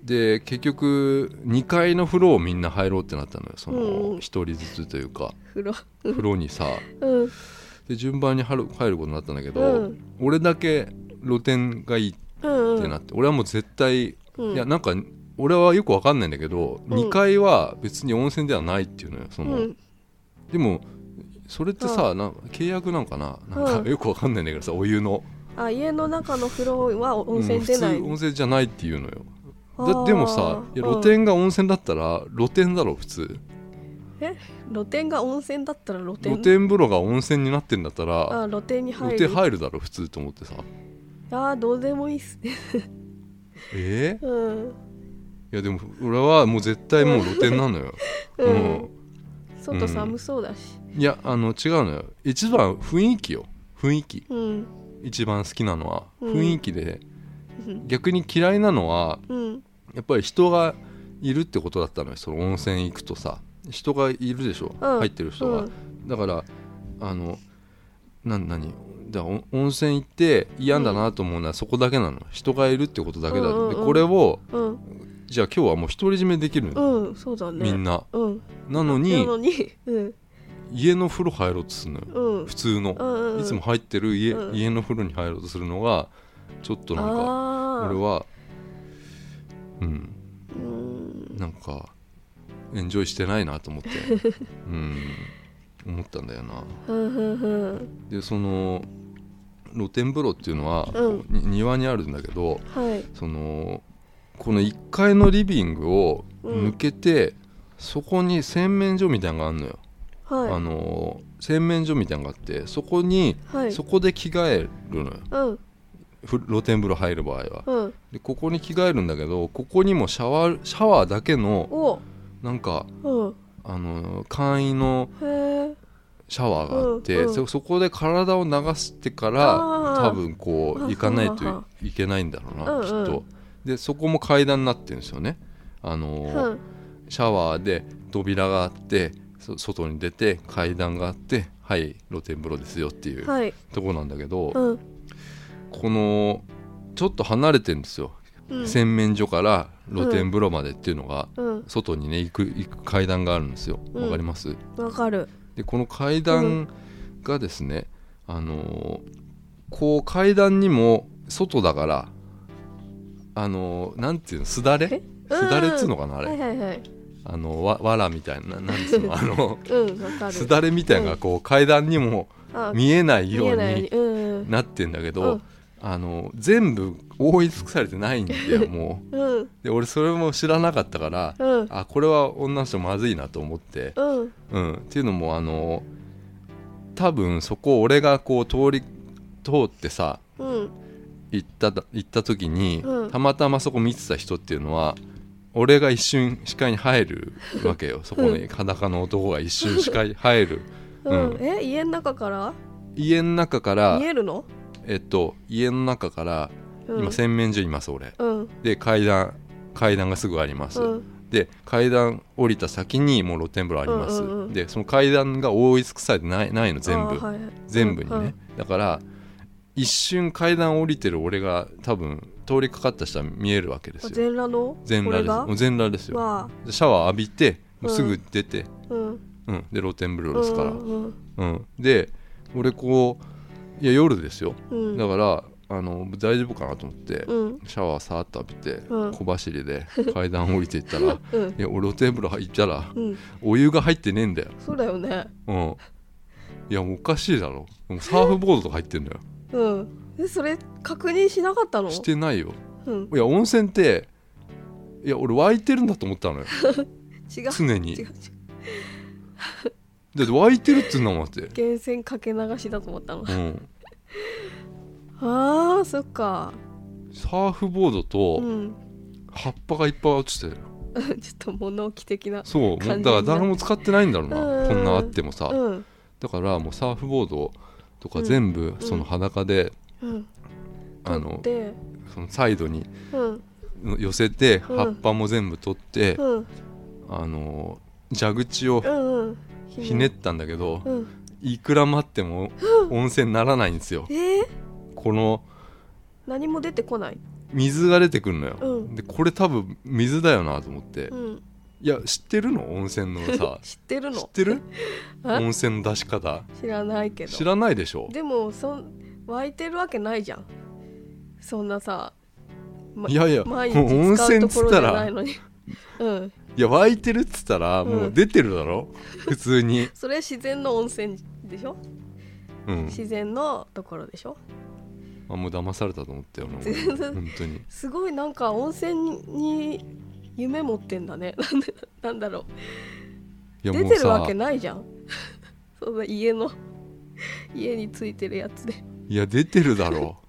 Speaker 2: で結局2階の風呂をみんな入ろうってなったのよそ
Speaker 1: うんう
Speaker 2: の
Speaker 1: ん
Speaker 2: 1人ずつというか
Speaker 1: 風呂
Speaker 2: 風呂にさ
Speaker 1: うん
Speaker 2: で順番に入る入ることになったんだけど、
Speaker 1: うん
Speaker 2: 俺だけ露天がいいっ
Speaker 1: うんうん
Speaker 2: てなって、俺はもう絶対、
Speaker 1: うん
Speaker 2: いやなんか俺はよくわかんないんだけど、
Speaker 1: うん
Speaker 2: 2階は別に温泉ではないっていうのよそうの、
Speaker 1: ん
Speaker 2: でもそれってさ、なんか契約なんかななん
Speaker 1: うん
Speaker 2: かよくわかんないんだけどさお湯の
Speaker 1: あ家の中の風呂は温泉出ない
Speaker 2: うん普通温泉じゃないっていうのよ
Speaker 1: あ
Speaker 2: だ
Speaker 1: ー
Speaker 2: でもさいや露天が温泉だったら露天だろ普通
Speaker 1: 露天が温泉だったら露天
Speaker 2: 露天風呂が温泉になってんだった
Speaker 1: あ
Speaker 2: ら
Speaker 1: 露天に入
Speaker 2: 露
Speaker 1: る
Speaker 2: 天入るだろ普通と思ってさ
Speaker 1: あーどうでもいいっすね
Speaker 2: えー
Speaker 1: うん
Speaker 2: いやでも俺はもう絶対もう露天なのよ、
Speaker 1: [LAUGHS] うん
Speaker 2: も
Speaker 1: 外寒そうだし
Speaker 2: ういやあの違うのよ一番雰囲気よ雰囲気
Speaker 1: うん
Speaker 2: 一番好きなのは
Speaker 1: うん
Speaker 2: 雰囲気で、
Speaker 1: うん
Speaker 2: 逆に嫌いなのは
Speaker 1: うん
Speaker 2: やっぱり人がいるってことだったのよその温泉行くとさ人がいるでしょ、
Speaker 1: うん
Speaker 2: 入ってる人が、だからあのなん何だからお温泉行って嫌だなと思うのはそこだけなの人がいるってことだけだ、
Speaker 1: うんうんうん
Speaker 2: でこれを
Speaker 1: うん
Speaker 2: じゃあ今日はもう独り占めできるのよ、
Speaker 1: うんそうだね
Speaker 2: みんな
Speaker 1: うん
Speaker 2: な
Speaker 1: な
Speaker 2: のに
Speaker 1: のにうん
Speaker 2: 家の風呂入ろうとするのよ
Speaker 1: うん
Speaker 2: 普通の、
Speaker 1: うんうん
Speaker 2: いつも入ってる家,、
Speaker 1: うん
Speaker 2: 家の風呂に入ろうとするのがちょっとなんか
Speaker 1: あー
Speaker 2: 俺はうん
Speaker 1: うん
Speaker 2: なんかエンジョイしてないなと思って
Speaker 1: [LAUGHS]
Speaker 2: うん思ったんだよな
Speaker 1: うんうんうん
Speaker 2: でその露天風呂っていうのは、
Speaker 1: うん
Speaker 2: に庭にあるんだけど
Speaker 1: はい
Speaker 2: そのこの1階のリビングを抜けて、そこに洗面所みたいなのがあるのよ、あ
Speaker 1: は
Speaker 2: の洗面所みたいなのがあってそこに、
Speaker 1: いはい
Speaker 2: そこで着替えるのよ
Speaker 1: うん
Speaker 2: ふ露天風呂入る場合は
Speaker 1: うん
Speaker 2: でここに着替えるんだけどここにもシャワーシャワーだけの
Speaker 1: お
Speaker 2: なんか
Speaker 1: うん
Speaker 2: あの簡易の
Speaker 1: へえ
Speaker 2: シャワーがあって、
Speaker 1: うんうん
Speaker 2: そそこで体を流してから
Speaker 1: あー
Speaker 2: 多分こう
Speaker 1: あ
Speaker 2: 行かない
Speaker 1: はあは
Speaker 2: といいけないんだろうな、
Speaker 1: うんうん
Speaker 2: きっとでそこも階段になってるんですよねあのー、
Speaker 1: うん
Speaker 2: シャワーで扉があってそ外に出て階段があってはい露天風呂ですよっていう
Speaker 1: はい
Speaker 2: ところなんだけど、
Speaker 1: うん
Speaker 2: このちょっと離れてるんですよ、
Speaker 1: うん
Speaker 2: 洗面所から露天風呂までっていうのが、
Speaker 1: うん
Speaker 2: 外にね行く行く階段があるんですよ
Speaker 1: うん
Speaker 2: わかります、
Speaker 1: わかる
Speaker 2: でこの階段がですね、あのーこう階段にも外だからあのーなんていうのすだれ
Speaker 1: え
Speaker 2: すだれっつうのかなあれ、
Speaker 1: はいはいはい
Speaker 2: あのわわらみたいななんつう
Speaker 1: [LAUGHS]
Speaker 2: のあの
Speaker 1: うんわかる
Speaker 2: すだれみたいなのがこう階段にも
Speaker 1: あ
Speaker 2: 見えないよう
Speaker 1: 見えない
Speaker 2: に
Speaker 1: ようにうん
Speaker 2: なってんだけ
Speaker 1: う
Speaker 2: ど
Speaker 1: ん
Speaker 2: あの全部覆い尽くされてないんだよもう
Speaker 1: うん
Speaker 2: で俺それも知らなかったから
Speaker 1: うん
Speaker 2: あこれは女の人まずいなと思って、
Speaker 1: うん
Speaker 2: うん、っていうのもあの多分そこ俺がこう通り通ってさ
Speaker 1: うん
Speaker 2: 行っただ行った時に、
Speaker 1: うん
Speaker 2: たまたまそこ見てた人っていうのは俺が一瞬視界に入るわけよそこに裸の男が一瞬視界に入る
Speaker 1: うん
Speaker 2: うん
Speaker 1: え家の中から
Speaker 2: 家の中から
Speaker 1: 見えるの
Speaker 2: えっと家の中から
Speaker 1: うん
Speaker 2: 今洗面所います俺
Speaker 1: うん
Speaker 2: で階段階段がすぐあります、
Speaker 1: うん
Speaker 2: で階段降りた先にもう露天風呂あります、
Speaker 1: うんうんうん
Speaker 2: でその階段が覆い尽くされてないないの全
Speaker 1: あ
Speaker 2: 部、
Speaker 1: ーはいはい
Speaker 2: 全部にね、
Speaker 1: うんうん
Speaker 2: だから一瞬階段降りてる俺が多分通りかかった人は見えるわけですよ
Speaker 1: 全裸の
Speaker 2: 全
Speaker 1: こ
Speaker 2: 裸
Speaker 1: れ
Speaker 2: です
Speaker 1: が
Speaker 2: もう全裸ですよ
Speaker 1: わ
Speaker 2: でシャワー浴びてもうすぐ出て、
Speaker 1: あうん
Speaker 2: うんで露天風呂ですから、
Speaker 1: う
Speaker 2: うん
Speaker 1: ん
Speaker 2: で俺こういや夜ですよ
Speaker 1: うん
Speaker 2: だからあの大丈夫かなと思って、
Speaker 1: うん
Speaker 2: シャワーさーっと浴びて、
Speaker 1: うん
Speaker 2: 小走りで階段降りて
Speaker 1: [LAUGHS]
Speaker 2: いったらい
Speaker 1: うん
Speaker 2: や俺露天風呂入ったら
Speaker 1: うん
Speaker 2: お湯が入ってねえんだよ、
Speaker 1: そうだよね
Speaker 2: うん、いやもうおかしいだろもうサーフボードとか入ってんだよ
Speaker 1: うんえそれ確認しなかったの
Speaker 2: してないよ
Speaker 1: うん
Speaker 2: いや温泉っていや俺湧いてるんだと思った
Speaker 1: [LAUGHS]
Speaker 2: のよ
Speaker 1: 違う
Speaker 2: 常
Speaker 1: 違う違
Speaker 2: に
Speaker 1: う
Speaker 2: だって湧いてるって言うんだもんだって、
Speaker 1: 源泉かけ流しだと思ったの
Speaker 2: うん、
Speaker 1: あーそっか
Speaker 2: サーフボード
Speaker 1: う
Speaker 2: と
Speaker 1: ん [LAUGHS]
Speaker 2: 葉っぱがいっぱい落ちてる
Speaker 1: ちょっと物置的な
Speaker 2: そうもう
Speaker 1: 完全に
Speaker 2: だから誰も使ってないんだろうな、
Speaker 1: うん
Speaker 2: こんなあってもさ、
Speaker 1: うん
Speaker 2: だからもうサーフボードとか
Speaker 1: うん
Speaker 2: 全部その裸で、
Speaker 1: うん
Speaker 2: あ
Speaker 1: 取っ
Speaker 2: の
Speaker 1: て
Speaker 2: そのサイドに
Speaker 1: うん
Speaker 2: 寄せて
Speaker 1: うん
Speaker 2: 葉っぱも全部取って、
Speaker 1: うん
Speaker 2: あの蛇口を
Speaker 1: うんうん
Speaker 2: ひねったんだけど、
Speaker 1: うん
Speaker 2: いくら待っても温泉にならないんですよ
Speaker 1: え。ー
Speaker 2: この
Speaker 1: 何も出てこない
Speaker 2: 水が出てくるのよ、
Speaker 1: うん
Speaker 2: でこれ多分水だよなと思って、
Speaker 1: うん
Speaker 2: いや知ってるの温泉のさ
Speaker 1: [LAUGHS] 知ってる
Speaker 2: 知っ
Speaker 1: の
Speaker 2: てる
Speaker 1: [LAUGHS] え
Speaker 2: 温泉の出し方
Speaker 1: 知らないけど
Speaker 2: 知らないでしょ
Speaker 1: でもそん湧いてるわけないじゃんそんなさ、ま
Speaker 2: いやいや
Speaker 1: 毎
Speaker 2: もう
Speaker 1: 日
Speaker 2: 温
Speaker 1: 使う
Speaker 2: 泉
Speaker 1: と
Speaker 2: っつ
Speaker 1: こ
Speaker 2: っ
Speaker 1: ろじ
Speaker 2: た
Speaker 1: ゃな
Speaker 2: ら
Speaker 1: いのにうん
Speaker 2: いや湧いてるっつったらもう出てるだろ、
Speaker 1: [LAUGHS]
Speaker 2: 普通に、
Speaker 1: それ自然の温泉でしょ
Speaker 2: うん、
Speaker 1: 自然のところでしょ
Speaker 2: あもう騙されたと思ったよ俺
Speaker 1: 全然
Speaker 2: 本当に
Speaker 1: すごいなんか温泉に夢持ってんだね [LAUGHS] なんでなんだろ
Speaker 2: いうや
Speaker 1: 出
Speaker 2: もう
Speaker 1: てるわ
Speaker 2: さ
Speaker 1: けないじゃん [LAUGHS] そんな家の [LAUGHS] 家についてるやつで
Speaker 2: いや出てるだろ
Speaker 1: [LAUGHS]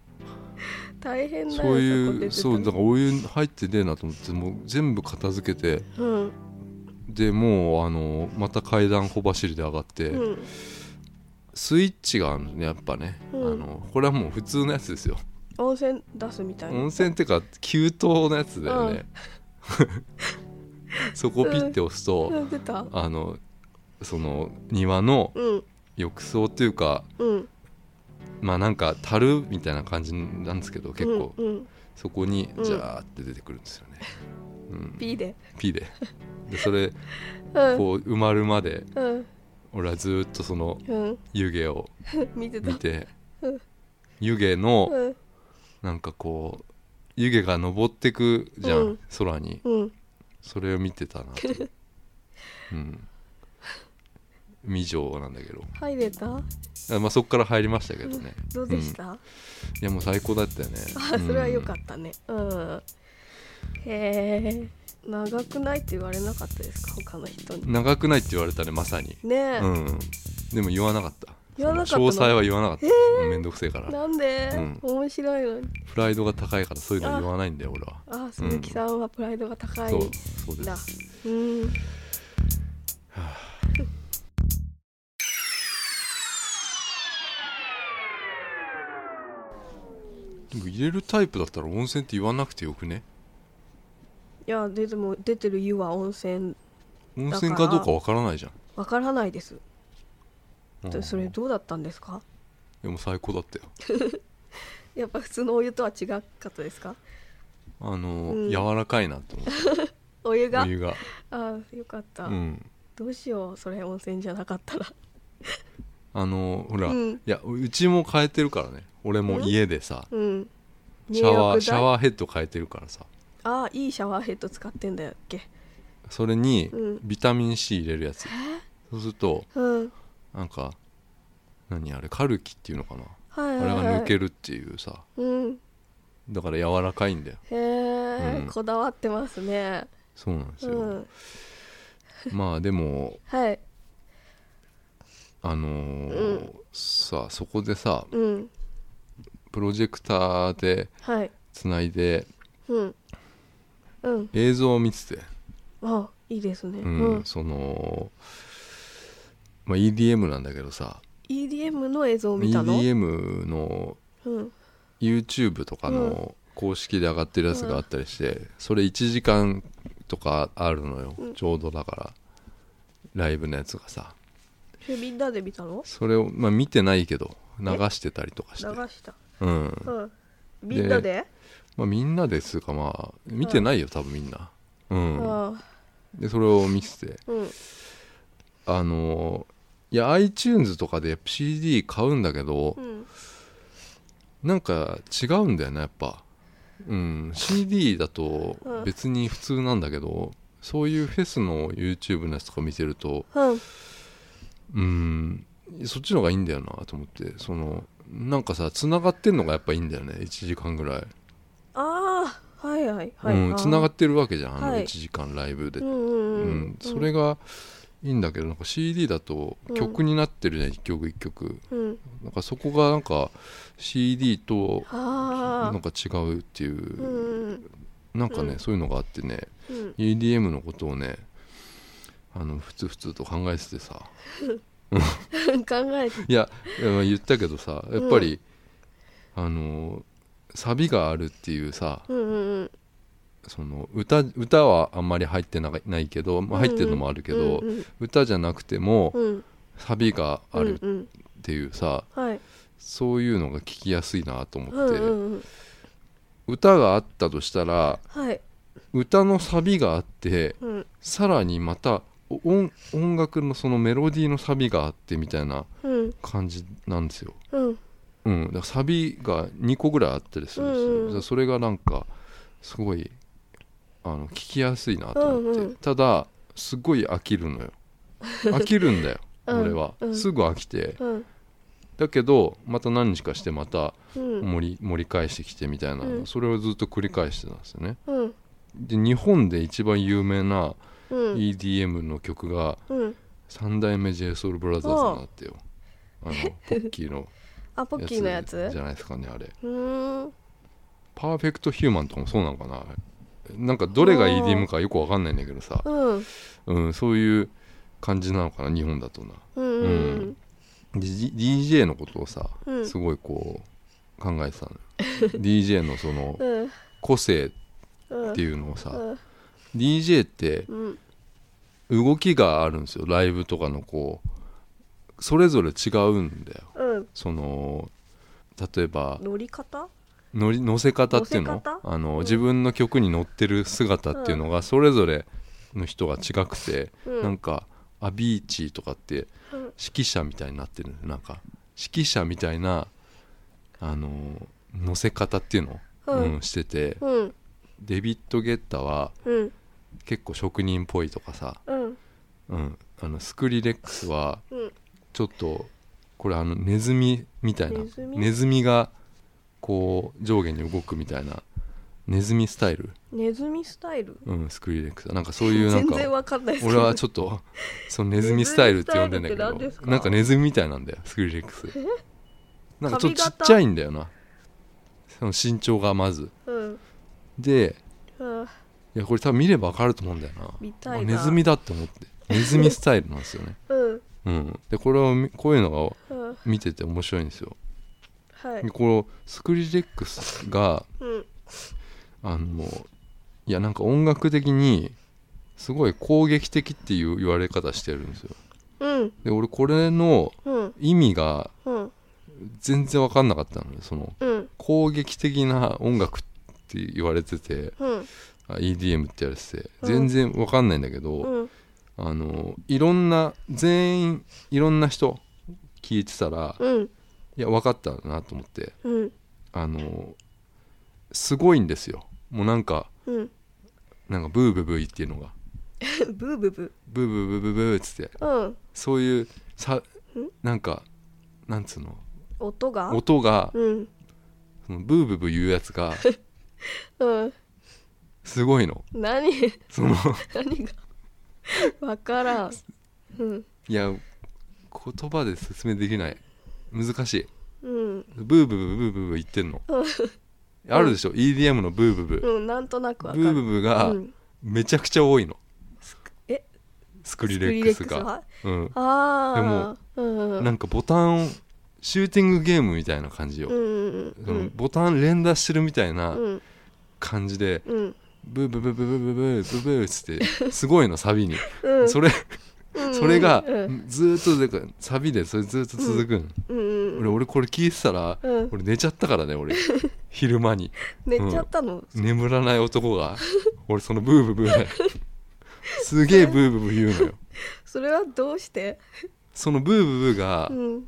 Speaker 1: 大変だ
Speaker 2: う
Speaker 1: よ
Speaker 2: そう
Speaker 1: こ出
Speaker 2: い
Speaker 1: て
Speaker 2: う
Speaker 1: た
Speaker 2: そうだからお湯入ってねえなと思ってもう全部片付けて
Speaker 1: うん
Speaker 2: でもうあのまた階段小走りで上がって、
Speaker 1: うん
Speaker 2: スイッチがあるのねやっぱね、
Speaker 1: うん
Speaker 2: あのこれはもう普通のやつですよ
Speaker 1: 温泉出すみたいな
Speaker 2: 温泉ってか給湯のやつだよね、 [LAUGHS] そこピッて押すと、
Speaker 1: うん出た
Speaker 2: あのその庭の
Speaker 1: うん
Speaker 2: 浴槽っていうか
Speaker 1: うん
Speaker 2: まあなんか樽みたいな感じなんですけど結構、
Speaker 1: うんうん、
Speaker 2: そこに
Speaker 1: うん
Speaker 2: ジャーって出てくるんですよね、うん、
Speaker 1: B で
Speaker 2: ピででそれ
Speaker 1: うん
Speaker 2: こう埋まるまで
Speaker 1: うん
Speaker 2: 俺はずーっとその
Speaker 1: うん [LAUGHS]
Speaker 2: 湯気を
Speaker 1: 見てた
Speaker 2: 見て
Speaker 1: うん
Speaker 2: 湯気の
Speaker 1: うん
Speaker 2: なんかこう湯気が昇ってくじゃん、
Speaker 1: うん
Speaker 2: 空に
Speaker 1: うん
Speaker 2: それを見てたな
Speaker 1: [LAUGHS]
Speaker 2: とうん未上なんだけど
Speaker 1: 入れた
Speaker 2: あまあそこから入りましたけどね
Speaker 1: [LAUGHS] どうでした、あ
Speaker 2: いやもう最高だったよね
Speaker 1: それは良か
Speaker 2: っ
Speaker 1: ったねうん、へえ長くないって言われなかったですか他の人に
Speaker 2: 長くないって言われたねまさに
Speaker 1: ねえ、
Speaker 2: うんでも言わなかった
Speaker 1: 言わなかった
Speaker 2: そ
Speaker 1: の
Speaker 2: の詳細は言わなかった、めんどくせえから
Speaker 1: なんで、
Speaker 2: う
Speaker 1: 面白いのに
Speaker 2: プライドが高いからそういうの言わないんだよ俺は
Speaker 1: あ鈴木さんはプライドが高い
Speaker 2: そうんそうで
Speaker 1: だ
Speaker 2: す
Speaker 1: うん
Speaker 2: でも入れるタイプだったら温泉って言わなくてよくね
Speaker 1: いやででも出てる湯は温泉
Speaker 2: 温泉かどうかわからないじゃん
Speaker 1: わからないです
Speaker 2: うん
Speaker 1: それどうだったんですか
Speaker 2: でも最高だったよ
Speaker 1: やっぱ普通のお湯とは違かったですか
Speaker 2: あの、
Speaker 1: うん
Speaker 2: 柔らかいなと思っ
Speaker 1: お湯
Speaker 2: た
Speaker 1: が
Speaker 2: お湯が
Speaker 1: ああよかった、
Speaker 2: うん
Speaker 1: どうしようそれ温泉じゃなかったら
Speaker 2: あのほら、
Speaker 1: うん
Speaker 2: いやうちも変えてるからね俺も家でさ、
Speaker 1: うん
Speaker 2: シャワー
Speaker 1: 入浴剤
Speaker 2: シャワーヘッド変えてるからさ
Speaker 1: ああいいシャワーヘッド使ってんだっけ
Speaker 2: それに
Speaker 1: うん
Speaker 2: ビタミン C 入れるやつ、そうすると
Speaker 1: うん
Speaker 2: なんか何あれカルキっていうのかな、
Speaker 1: はいはい、はい、
Speaker 2: あれが抜けるっていうさ
Speaker 1: うん
Speaker 2: だから柔らかいんだよ
Speaker 1: へえ、
Speaker 2: うん
Speaker 1: こだわってますね
Speaker 2: そうなんです
Speaker 1: う
Speaker 2: よ、
Speaker 1: ん
Speaker 2: まあでも
Speaker 1: はい
Speaker 2: あのーさそこでさ
Speaker 1: うん
Speaker 2: プロジェクターで
Speaker 1: はい
Speaker 2: つないで
Speaker 1: うんうん
Speaker 2: 映像を見てて、
Speaker 1: あいいですね
Speaker 2: う
Speaker 1: うんん、
Speaker 2: その、まあ、EDM なんだけどさ
Speaker 1: EDM の映像を見たの、
Speaker 2: EDM の
Speaker 1: うん、
Speaker 2: YouTube とかの公式で上がってるやつがあったりして、それ1時間とかあるのよ、
Speaker 1: うん
Speaker 2: ちょうどだからライブのやつがさ
Speaker 1: それみんなで見たの
Speaker 2: それを、まあ、見てないけど流してたりとかし
Speaker 1: 流
Speaker 2: て、
Speaker 1: した
Speaker 2: うん
Speaker 1: うんみんなで
Speaker 2: まあ、みんなですがまあ見てないよ多分みんな、う、
Speaker 1: うんん
Speaker 2: でそれを見てて
Speaker 1: うん
Speaker 2: あのいや iTunes とかで CD 買うんだけど、
Speaker 1: うん
Speaker 2: なんか違うんだよねやっぱうん CD だと
Speaker 1: うん
Speaker 2: 別に普通なんだけど、そういうフェスの YouTube のやつとか見てると
Speaker 1: うん
Speaker 2: うんそっちの方がいいんだよなと思ってそのなんかさ繋がってんのがやっぱいいんだよね1時間ぐらい
Speaker 1: ああはいはいはい、
Speaker 2: うん、繋が
Speaker 1: っ
Speaker 2: ってるわけじゃんあの
Speaker 1: はい
Speaker 2: 1時間ライブで、
Speaker 1: うんうん
Speaker 2: う
Speaker 1: うんん、
Speaker 2: それがいいんだけどなんか CD だと曲になってるじゃん、一曲一曲
Speaker 1: うん
Speaker 2: なんかそこがなんか CD とな
Speaker 1: あ
Speaker 2: ん
Speaker 1: あ
Speaker 2: か違うっていうう、
Speaker 1: ん
Speaker 2: なんかね、
Speaker 1: うん
Speaker 2: そういうのがあってね
Speaker 1: うん
Speaker 2: EDM のことをねあのふつふつと考えててさ
Speaker 1: うん [LAUGHS] 考えて
Speaker 2: いやいや言ったけどさやっぱり、あのサビがあるっていうさ
Speaker 1: うんうんうん
Speaker 2: その歌歌はあんまり入ってながないけど、まあ、入ってるのもあるけど、
Speaker 1: うんうん
Speaker 2: 歌じゃなくても
Speaker 1: うん
Speaker 2: サビがある
Speaker 1: うんうん
Speaker 2: っていうさ
Speaker 1: はい
Speaker 2: そういうのが聞きやすいなと思
Speaker 1: うん
Speaker 2: っ
Speaker 1: う
Speaker 2: て、
Speaker 1: んうん
Speaker 2: 歌があったとしたら
Speaker 1: はい
Speaker 2: 歌のサビがあって
Speaker 1: うん
Speaker 2: さらにまたお音音楽のそのメロディーのサビがあってみたいな
Speaker 1: うん
Speaker 2: 感じなんですよ。
Speaker 1: うん
Speaker 2: うん、だからサビが2個ぐらいあったりするんですよ。
Speaker 1: うんうん
Speaker 2: だからそれがなんかすごいあの聞きやすいなと思って、
Speaker 1: うんうん
Speaker 2: ただすごい飽き
Speaker 1: [LAUGHS]
Speaker 2: るのよ。飽きるんだよ
Speaker 1: うん
Speaker 2: 俺は、
Speaker 1: うん
Speaker 2: すぐ飽きて
Speaker 1: うん
Speaker 2: だけどまた何日かしてまた
Speaker 1: うん
Speaker 2: 盛り盛り返してきてみたいな、
Speaker 1: うん
Speaker 2: それをずっと繰り返してたんですよね。
Speaker 1: うん
Speaker 2: で日本で一番有名な
Speaker 1: うん
Speaker 2: EDM の曲が
Speaker 1: うん
Speaker 2: 三代目 JSOULBROTHERS になってよあの
Speaker 1: [LAUGHS]
Speaker 2: ポッキーの
Speaker 1: あポッキーのやつ
Speaker 2: じゃないですかねあれ
Speaker 1: うーん
Speaker 2: パーフェクトヒューマンとかもそうなのかななんかどれが EDM かよくわかんないんだけどさ、
Speaker 1: うん
Speaker 2: うん、そういう感じなのかな日本だとな
Speaker 1: うんうん
Speaker 2: で D- DJ のことをさ
Speaker 1: うん
Speaker 2: すごいこう考えてた
Speaker 1: [LAUGHS]
Speaker 2: のよ DJ のその
Speaker 1: うん
Speaker 2: 個性っ
Speaker 1: うん
Speaker 2: ていうのをさ
Speaker 1: うん
Speaker 2: DJ って
Speaker 1: うん
Speaker 2: 動きがあるんですよライブとかのこうそれぞれ違うんだよ
Speaker 1: うん
Speaker 2: その例えば
Speaker 1: 乗り方
Speaker 2: 乗り乗せ方っていうの
Speaker 1: 乗せ方
Speaker 2: あの、
Speaker 1: うん
Speaker 2: 自分の曲に乗ってる姿っていうのがそれぞれの人が違くて、
Speaker 1: うん
Speaker 2: なんかアビーチとかって
Speaker 1: うん
Speaker 2: 指揮者みたいになってるなんか指揮者みたいなあの乗せ方っていうの、
Speaker 1: うん
Speaker 2: うんしてて
Speaker 1: うん
Speaker 2: デビッド・ゲッタは
Speaker 1: うん
Speaker 2: 結構職人っぽいとかさ、
Speaker 1: うん
Speaker 2: うん、あのスクリレックスは
Speaker 1: うん
Speaker 2: ちょっとこれあのネズミみたいな
Speaker 1: ネズミ
Speaker 2: ネズミがこう上下に動くみたいなネズミスタイル、
Speaker 1: ネズミスタイル
Speaker 2: うん、スクリレックスなんかそういうなん
Speaker 1: 全
Speaker 2: か
Speaker 1: 然わかんないですけ
Speaker 2: 俺
Speaker 1: ど
Speaker 2: はちょっとそのネズミスタイルって呼んでんだ
Speaker 1: ネズ
Speaker 2: け
Speaker 1: ミスタイルって何
Speaker 2: ど
Speaker 1: ですか
Speaker 2: なんかネズミみたいなんだよスクリレックス
Speaker 1: え
Speaker 2: なんかちょっとち
Speaker 1: 髪
Speaker 2: っ
Speaker 1: 型
Speaker 2: ちゃいんだよなその身長がまず
Speaker 1: うん
Speaker 2: で
Speaker 1: うん
Speaker 2: いやこれ多分見ればわかると思うんだよ
Speaker 1: 見た
Speaker 2: ないあ
Speaker 1: な
Speaker 2: ネズミだって思ってネズミスタイルなんですよね
Speaker 1: うん
Speaker 2: うんでこれを見こういうのが
Speaker 1: うん
Speaker 2: 見てて面白いんですよ
Speaker 1: はい
Speaker 2: でこのスクリレックスが
Speaker 1: うん
Speaker 2: あのいやなんか音楽的にすごい攻撃的っていう言われ方してるんですよ
Speaker 1: うん
Speaker 2: で俺これの
Speaker 1: うん
Speaker 2: 意味が
Speaker 1: うん
Speaker 2: 全然分かんなかったのでその
Speaker 1: うん
Speaker 2: 攻撃的な音楽って言われてて
Speaker 1: うん
Speaker 2: あ EDM ってやれてて
Speaker 1: うん
Speaker 2: 全然分かんないんだけど、
Speaker 1: うん
Speaker 2: あのいろんな全員いろんな人聞いてたら
Speaker 1: うん
Speaker 2: いや分かったなと思って
Speaker 1: うん
Speaker 2: あのすごいんですよもうなんか
Speaker 1: うん
Speaker 2: なんかブーブーブー言っていうのが
Speaker 1: ブーブーブ
Speaker 2: ブーブーブーブーブーっつって
Speaker 1: ーうん
Speaker 2: そういうさなんかなんつうの
Speaker 1: 音が
Speaker 2: 音が
Speaker 1: うん
Speaker 2: そのブーブーブー言うやつが
Speaker 1: うん
Speaker 2: すごいの
Speaker 1: 何
Speaker 2: そ
Speaker 1: [LAUGHS]
Speaker 2: の
Speaker 1: 何がわからんうん
Speaker 2: いや言葉で説明できない難しい
Speaker 1: うん
Speaker 2: ブーブーブーブーブーブー言ってんのあるでしょ EDM のブーブーブー
Speaker 1: うんなんとなくわか
Speaker 2: ブ
Speaker 1: る
Speaker 2: ーブーブーが
Speaker 1: うん
Speaker 2: めちゃくちゃ多いの、
Speaker 1: え
Speaker 2: スクリレックスが
Speaker 1: が
Speaker 2: うん、
Speaker 1: ああうんうん
Speaker 2: なんかボタンをシューティングゲームみたいな感じよ、
Speaker 1: うん
Speaker 2: そ
Speaker 1: うんう
Speaker 2: の
Speaker 1: ん
Speaker 2: ボタン連打してるみたいな
Speaker 1: うん
Speaker 2: 感じで、
Speaker 1: うん
Speaker 2: ブーブーブーブーブーブーブーブーブーっつってすごいのサビに、
Speaker 1: うん
Speaker 2: それ
Speaker 1: うん
Speaker 2: それが
Speaker 1: うん
Speaker 2: ずーっとなんかサビでそれずーっと続くの、
Speaker 1: うんうん
Speaker 2: 俺俺これ聞いてたら、
Speaker 1: うん
Speaker 2: 俺寝ちゃったからね俺昼間に
Speaker 1: 寝ちゃったの
Speaker 2: 眠らない男が俺そのブーブーブーですげえブーブーブー言うのよ
Speaker 1: それはどうして
Speaker 2: そのブーブーブーが
Speaker 1: うん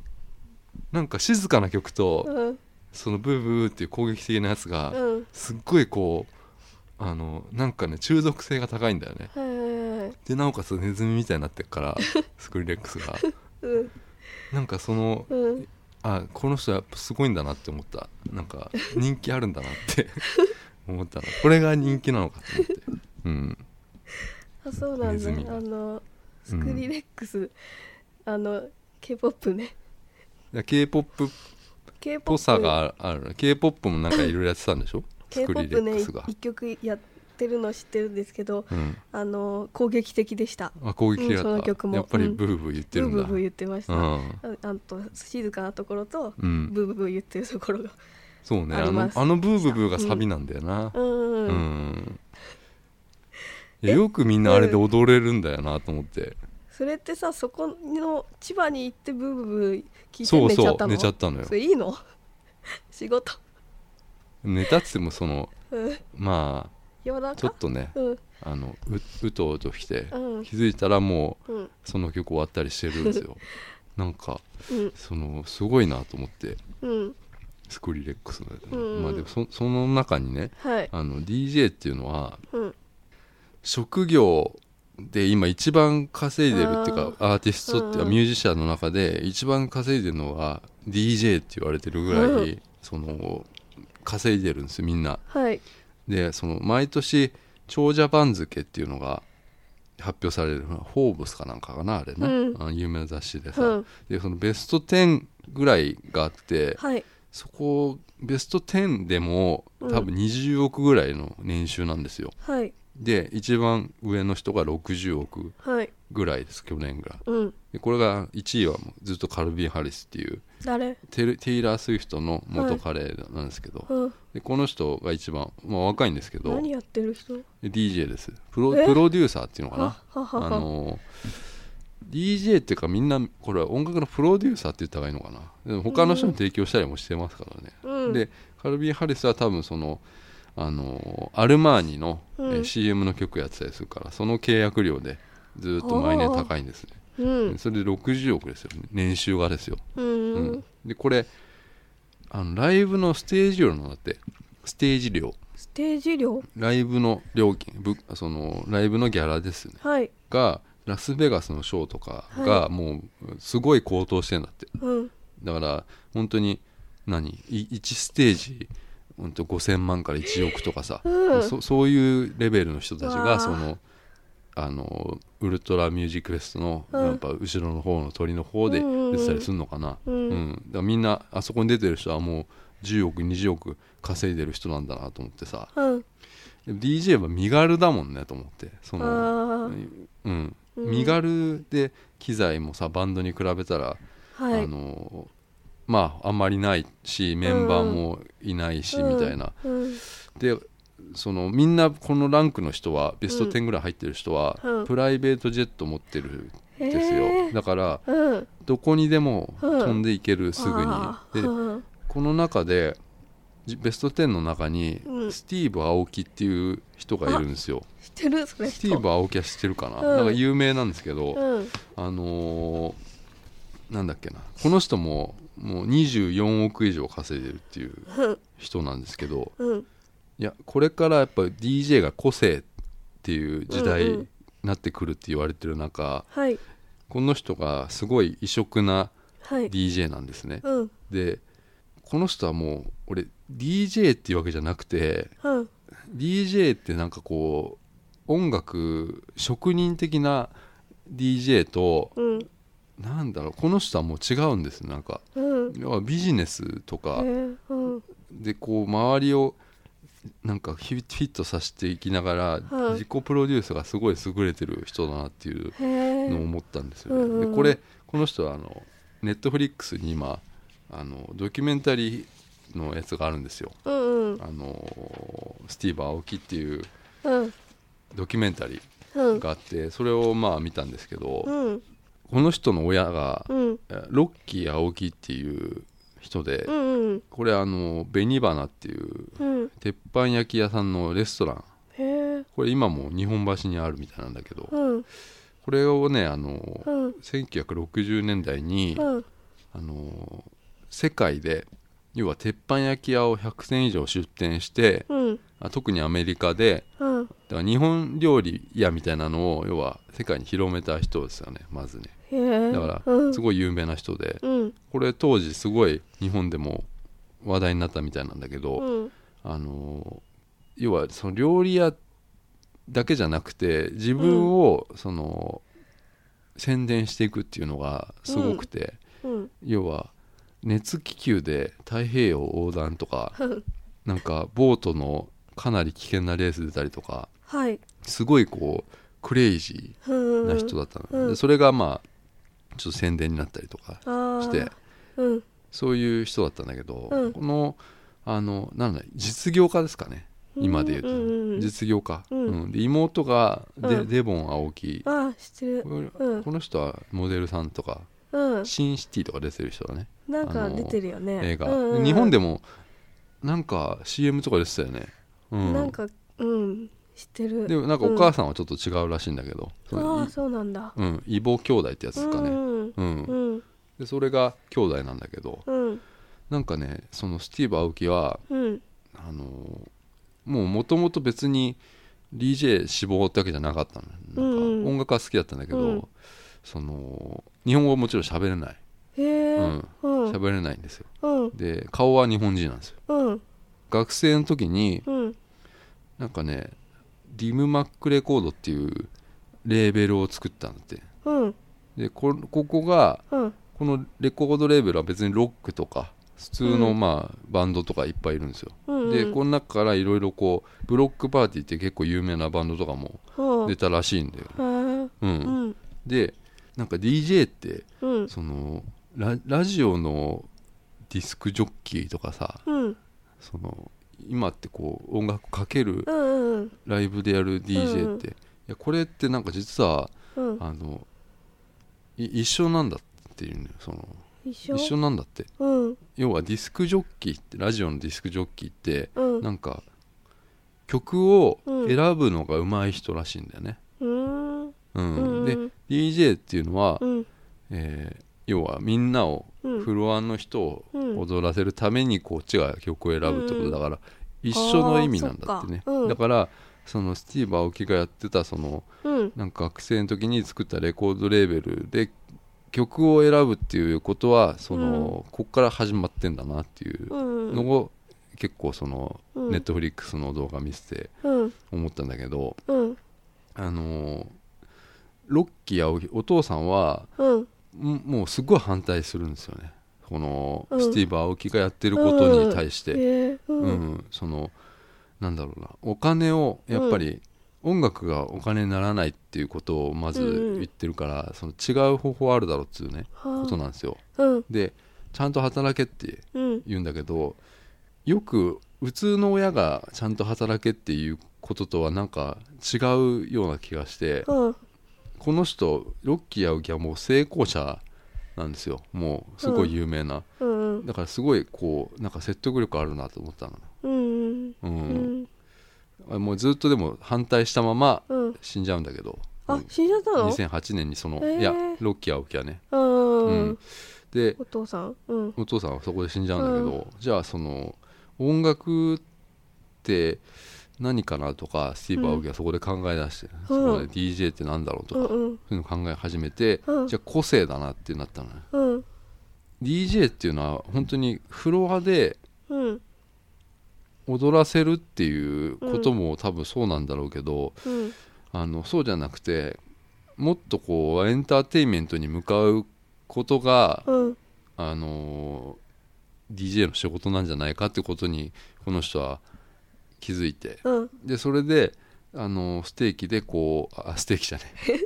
Speaker 2: なんか静かな曲と、
Speaker 1: うん
Speaker 2: そのブーブーブーっていう攻撃的なやつが、
Speaker 1: うん
Speaker 2: すっごいこうあのなんかね中毒性が高いんだよね
Speaker 1: はいはいはい
Speaker 2: でなおかつネズミみたいになってるから
Speaker 1: [LAUGHS]
Speaker 2: スクリレックスが
Speaker 1: うん
Speaker 2: なんかその
Speaker 1: うん
Speaker 2: あこの人やっぱすごいんだなって思ったなんか人気あるんだなって
Speaker 1: [LAUGHS]
Speaker 2: 思ったなこれが人気なのかと思ってうん
Speaker 1: あそうなん
Speaker 2: ネ
Speaker 1: だ
Speaker 2: ズミが
Speaker 1: あのスクリレックスあの K-POP ね
Speaker 2: いや K-POP っ
Speaker 1: K-POP
Speaker 2: ぽさがある K-POP もなんかいろいろやってたんでしょスクリレ
Speaker 1: K-POP ね
Speaker 2: ックスが、
Speaker 1: 一曲やってるの知ってるんですけど
Speaker 2: うん、
Speaker 1: あの攻撃的でした
Speaker 2: あ攻撃
Speaker 1: うん
Speaker 2: 的だ
Speaker 1: そ
Speaker 2: っ
Speaker 1: の
Speaker 2: た、
Speaker 1: 曲も
Speaker 2: やっぱり
Speaker 1: うん
Speaker 2: ブーブー言って
Speaker 1: ブー
Speaker 2: るん
Speaker 1: ブ
Speaker 2: だ
Speaker 1: ーブー言ってましたあ
Speaker 2: うん
Speaker 1: あと静かなところと
Speaker 2: うん、
Speaker 1: ブーブーブー言ってるところが
Speaker 2: そうね
Speaker 1: あ
Speaker 2: あ
Speaker 1: り
Speaker 2: の
Speaker 1: ます
Speaker 2: あのブーブーブーがサビなんだよな、
Speaker 1: うん
Speaker 2: う
Speaker 1: うん
Speaker 2: んいやよくみんなあれで踊れるんだよなと思って、
Speaker 1: それってさそこの千葉に行ってブーブーブー聞いて
Speaker 2: そう
Speaker 1: 寝ちゃ
Speaker 2: そ
Speaker 1: った
Speaker 2: う
Speaker 1: の
Speaker 2: 寝ちゃったのよ
Speaker 1: それいいの [LAUGHS] 仕事
Speaker 2: 寝たっつってもその
Speaker 1: うん
Speaker 2: ま
Speaker 1: 夜
Speaker 2: あちょ
Speaker 1: 中
Speaker 2: っとね
Speaker 1: うん
Speaker 2: あのううとうときて、
Speaker 1: うん
Speaker 2: 気づいたらも
Speaker 1: うん
Speaker 2: うその曲終わったりしてるんで
Speaker 1: [LAUGHS]
Speaker 2: すよなんか
Speaker 1: うん
Speaker 2: そのすごいなと思って
Speaker 1: うん
Speaker 2: スクリレックスのやつね、
Speaker 1: うんうん
Speaker 2: まあでもそその中にね
Speaker 1: はい
Speaker 2: あの DJ っていうのは
Speaker 1: うん
Speaker 2: 職業で今一番稼いでるっていうかアーティストっていう
Speaker 1: う
Speaker 2: か
Speaker 1: ん
Speaker 2: ミュージシャンの中で一番稼いでるのは DJ って言われてるぐらい、
Speaker 1: うん
Speaker 2: その稼いでるんですよみんな
Speaker 1: はい
Speaker 2: でその毎年長者番付っていうのが発表されるのは「フォーブス」かなんかかなあれ
Speaker 1: う
Speaker 2: ね、
Speaker 1: ん
Speaker 2: あの有名な雑誌でさ、
Speaker 1: うん
Speaker 2: でそのベスト10ぐらいがあって
Speaker 1: はい
Speaker 2: そこベスト10でも
Speaker 1: うん
Speaker 2: 多分20億ぐらいの年収なんですよ、
Speaker 1: はい
Speaker 2: で一番上の人が60億
Speaker 1: はい
Speaker 2: ぐらいです去年ぐらい
Speaker 1: うん
Speaker 2: でこれが1位はもうずっとカルビン・ハリスっていう
Speaker 1: 誰
Speaker 2: テルテイラー・スウィフトの元カレーなんですけど、
Speaker 1: うん
Speaker 2: でこの人が一番、まあ、若いんですけど
Speaker 1: 何やってる人
Speaker 2: DJ ですプロ
Speaker 1: え
Speaker 2: プロデューサーっていうのかな
Speaker 1: はははは
Speaker 2: あの DJ っていうかみんなこれは音楽のプロデューサーって言った方がいいのかなでも他の人に提供したりもしてますからね、
Speaker 1: うん
Speaker 2: でカルビン・ハリスは多分そのあのアルマーニの、えー
Speaker 1: うん
Speaker 2: CM の曲やってたりするからその契約料でずっと毎年高いんですね、
Speaker 1: うん
Speaker 2: それで60億ですよ年収がですよ、
Speaker 1: うんうん
Speaker 2: でこれあのライブのステージ料なんだってステージ料
Speaker 1: ステージ料
Speaker 2: ライブの料金ぶそのライブのギャラですね
Speaker 1: はい
Speaker 2: がラスベガスのショーとかがもうすごい高騰してんだって、
Speaker 1: うん
Speaker 2: だから本当に何い1ステージ本当5000万から1億とかさ、
Speaker 1: うん
Speaker 2: そそういうレベルの人たち
Speaker 1: わ
Speaker 2: が
Speaker 1: あ
Speaker 2: そのあのウルトラミュージックフェストの
Speaker 1: うん
Speaker 2: やっぱ後ろの方の鳥の方で
Speaker 1: うんうんうん
Speaker 2: 出てたりするのかな、
Speaker 1: うん
Speaker 2: だからみんなあそこに出てる人はもう10億20億稼いでる人なんだなと思ってさ
Speaker 1: うん
Speaker 2: でも DJ は身軽だもんねと思ってその
Speaker 1: あ
Speaker 2: うん、
Speaker 1: うん
Speaker 2: 身軽で機材もさバンドに比べたら、
Speaker 1: あはい
Speaker 2: あのまああんまりないしメンバーもいないし、みたいな
Speaker 1: うん
Speaker 2: でそのみんなこのランクの人はベスト10ぐらい入ってる人は、
Speaker 1: うん
Speaker 2: プライベートジェット持ってるんですよ、
Speaker 1: へー
Speaker 2: だから
Speaker 1: うん
Speaker 2: どこにでも
Speaker 1: うん
Speaker 2: 飛んでいける、すぐに
Speaker 1: あー
Speaker 2: で
Speaker 1: うん
Speaker 2: この中でじベスト10の中に、
Speaker 1: うん
Speaker 2: スティーブ・アオキっていう人がいるんですよ
Speaker 1: 知ってるそれ
Speaker 2: スティーブ・アオキは知ってるかな、
Speaker 1: うん
Speaker 2: なんか有名なんですけど、
Speaker 1: うん
Speaker 2: あのーなんだっけなこの人ももう24億以上稼いでるっていう
Speaker 1: うん
Speaker 2: 人なんですけ
Speaker 1: [LAUGHS]
Speaker 2: ど
Speaker 1: うん
Speaker 2: いやこれからやっぱ DJ が個性っていう時代
Speaker 1: うんうん
Speaker 2: になってくるって言われてる中、
Speaker 1: はい
Speaker 2: この人がすごい異色な
Speaker 1: はい
Speaker 2: DJ なんですね、
Speaker 1: うん
Speaker 2: でこの人はもう俺 DJ っていうわけじゃなくて
Speaker 1: うん
Speaker 2: DJ ってなんかこう音楽職人的な DJ と
Speaker 1: うん
Speaker 2: なんだろうこの人はもう違うんですなんか
Speaker 1: うん
Speaker 2: 要はビジネスと
Speaker 1: え
Speaker 2: か、
Speaker 1: ーうん
Speaker 2: でこう周りをなんかフィフィットさせていきながら
Speaker 1: はい
Speaker 2: 自己プロデュースがすごい優れてる人だなっていう
Speaker 1: へ
Speaker 2: のを
Speaker 1: え
Speaker 2: 思ったんですよね。
Speaker 1: うんうんうん
Speaker 2: でこれこの人はあのネットフリックスに今あのドキュメンタリーのやつがあるんですよ。
Speaker 1: うんうん
Speaker 2: あのスティーブ・アオキっていう
Speaker 1: うん
Speaker 2: ドキュメンタリ
Speaker 1: う
Speaker 2: ー
Speaker 1: ん
Speaker 2: があってそれをまあ見たんですけど、
Speaker 1: うん
Speaker 2: この人の親が
Speaker 1: うん
Speaker 2: えーロッキー・アオキっていう人で、
Speaker 1: うんうん
Speaker 2: これあの紅花っていう
Speaker 1: うん
Speaker 2: 鉄板焼き屋さんのレストラン
Speaker 1: へえ
Speaker 2: これ今も日本橋にあるみたいなんだけど
Speaker 1: うん
Speaker 2: これをねあの
Speaker 1: うん
Speaker 2: 1960年代に
Speaker 1: うん
Speaker 2: あの世界で要は鉄板焼き屋を100店以上出店して
Speaker 1: うん
Speaker 2: あ特にアメリカで
Speaker 1: うん
Speaker 2: だから日本料理屋みたいなのを要は世界に広めた人ですよねまずね
Speaker 1: へえ
Speaker 2: だか
Speaker 1: う
Speaker 2: ら
Speaker 1: ん
Speaker 2: すごい有名な人で
Speaker 1: うん
Speaker 2: これ当時すごい日本でも話題になったみたいなんだけど、
Speaker 1: うん
Speaker 2: あの要はその料理屋だけじゃなくて自分をその、宣伝していくっていうのがすごくて、
Speaker 1: うん
Speaker 2: 要は熱気球で太平洋横断とか
Speaker 1: うん
Speaker 2: なんかボートのかなり危険なレース出たりとか
Speaker 1: はい
Speaker 2: すごいこうクレイジーな
Speaker 1: な
Speaker 2: 人だったの、
Speaker 1: うん
Speaker 2: でそれがまあちょっと宣伝になったりとか
Speaker 1: し
Speaker 2: して
Speaker 1: うん
Speaker 2: そういう人だったんだけど、
Speaker 1: うん
Speaker 2: このあのなんだ実業家ですかね今で言うと、
Speaker 1: うんうんうん
Speaker 2: 実業家、
Speaker 1: うん
Speaker 2: うんで妹がデ,、
Speaker 1: うん
Speaker 2: デボン青木
Speaker 1: ああ知ってる
Speaker 2: これ
Speaker 1: うん
Speaker 2: この人はモデルさんと
Speaker 1: う
Speaker 2: か、
Speaker 1: ん
Speaker 2: シンシティとか出てる人だね
Speaker 1: なんか出てるよね
Speaker 2: 映画、
Speaker 1: うんうんうん
Speaker 2: 日本でもなんか CM とか出てたよね、うん、
Speaker 1: なんかうん知ってる
Speaker 2: でもなんかお母さんはちょっと違うらしいんだけど、そ
Speaker 1: うんあ
Speaker 2: の
Speaker 1: あそうなんだ
Speaker 2: うん、異母兄弟ってやつですか
Speaker 1: う
Speaker 2: ね、
Speaker 1: ん
Speaker 2: うん
Speaker 1: うん
Speaker 2: でそれが兄弟なんだけど
Speaker 1: うん
Speaker 2: なんかねそのスティーブ・アウキは
Speaker 1: うん
Speaker 2: あのもうもともと別に DJ 志望ってわけじゃなかったのなんか
Speaker 1: うんうん
Speaker 2: 音楽は好きだったんだけど、
Speaker 1: うん
Speaker 2: その日本語はもちろん喋れない
Speaker 1: へえ
Speaker 2: うん
Speaker 1: うん
Speaker 2: 喋れないんですよ
Speaker 1: うん
Speaker 2: で顔は日本人なんですよ
Speaker 1: うん
Speaker 2: 学生の時に
Speaker 1: うん
Speaker 2: なんかねリムマックレコードっていうレーベルを作ったんだって
Speaker 1: うん
Speaker 2: でこここが
Speaker 1: うん
Speaker 2: このレコードレーベルは別にロックとか普通の
Speaker 1: うん
Speaker 2: まあバンドとかいっぱいいるんですよ、
Speaker 1: うん
Speaker 2: でこの中からいろいろこうブロックパーティーって結構有名なバンドとかも
Speaker 1: うん
Speaker 2: 出たらしいんだよ、
Speaker 1: へえ
Speaker 2: うん
Speaker 1: うん
Speaker 2: でなんか DJ って
Speaker 1: うん
Speaker 2: そのララジオのディスクジョッキーとかさ
Speaker 1: うん
Speaker 2: その今ってこう音楽かける
Speaker 1: うんうん
Speaker 2: ライブでやる DJ って、いやこれってなんか実は
Speaker 1: うん
Speaker 2: あのい一緒なんだっていうねその
Speaker 1: 一緒
Speaker 2: 一緒なんだって
Speaker 1: うん
Speaker 2: 要はディスクジョッキーってラジオのディスクジョッキーって
Speaker 1: うん
Speaker 2: なんか曲を選ぶのが上手い人らしいんだよね、
Speaker 1: うん
Speaker 2: うん
Speaker 1: うん
Speaker 2: で DJ っていうのは、
Speaker 1: うん
Speaker 2: えー要はみんなを
Speaker 1: うん
Speaker 2: フロアの人を
Speaker 1: うん
Speaker 2: 踊らせるためにこっちが曲を選ぶってことだから、一緒の意味なんだってね
Speaker 1: あーそっかうん
Speaker 2: だからそのスティーブ・アオキがやってたその
Speaker 1: うん
Speaker 2: なんか学生の時に作ったレコードレーベルで曲を選ぶっていうことはその、こっから始まってんだなっていう
Speaker 1: うん
Speaker 2: のを結構その
Speaker 1: うん
Speaker 2: ネットフリックスの動画見せて
Speaker 1: うん
Speaker 2: 思ったんだけど、
Speaker 1: うん
Speaker 2: あのーロッキー青木お父さんは
Speaker 1: うん
Speaker 2: んもうすごい反対するんですよねこの
Speaker 1: うん
Speaker 2: スティーブ・アオキがやってることに対して、
Speaker 1: へえう
Speaker 2: うん
Speaker 1: ん
Speaker 2: そのなんだろうなお金をやっぱり音楽がお金にならないっていうことをま
Speaker 1: うんう
Speaker 2: ず
Speaker 1: ん
Speaker 2: 言ってるから、その違う方法あるだろうっていうね
Speaker 1: こ
Speaker 2: ことなんですよ
Speaker 1: うん
Speaker 2: でちゃんと働けって
Speaker 1: うん
Speaker 2: 言うんだけどよく普通の親がちゃんと働けっていうこととはなんか違うような気がして
Speaker 1: うん
Speaker 2: この人ロッキー青木はもう成功者なんですよもうすごい有名な、
Speaker 1: うんうん
Speaker 2: だからすごいこうなんか説得力あるなと思ったの、
Speaker 1: うん
Speaker 2: う
Speaker 1: うんん
Speaker 2: もうずっとでも反対したまま
Speaker 1: うん
Speaker 2: 死んじゃうんだけど、う
Speaker 1: あ
Speaker 2: ん
Speaker 1: 死んじゃったの
Speaker 2: 2008年にそ
Speaker 1: へ
Speaker 2: の、
Speaker 1: ー
Speaker 2: いやロッキー青木はね、
Speaker 1: うんう
Speaker 2: うんんで
Speaker 1: お父さんうん
Speaker 2: お父さんはそこで死んじゃうんだけど、じゃあその音楽って何かなとかスティーブ・アウギはそこで考え出して、そこで DJ ってなんだろうと
Speaker 1: う
Speaker 2: か、
Speaker 1: ん
Speaker 2: そう
Speaker 1: うん
Speaker 2: いうの考え始めて、
Speaker 1: うん
Speaker 2: じゃあ個性だなってなったのね
Speaker 1: うん
Speaker 2: DJ っていうのは本当にフロアで
Speaker 1: うん
Speaker 2: 踊らせるっていうことも多分そうなんだろうけど、
Speaker 1: うん
Speaker 2: あのそうじゃなくてもっとこうエンターテインメントに向かうことが
Speaker 1: うん
Speaker 2: あのー DJ の仕事なんじゃないかってことにこの人は気づいて
Speaker 1: うん
Speaker 2: でそれで、あのーステーキでこうあステーキじゃねえ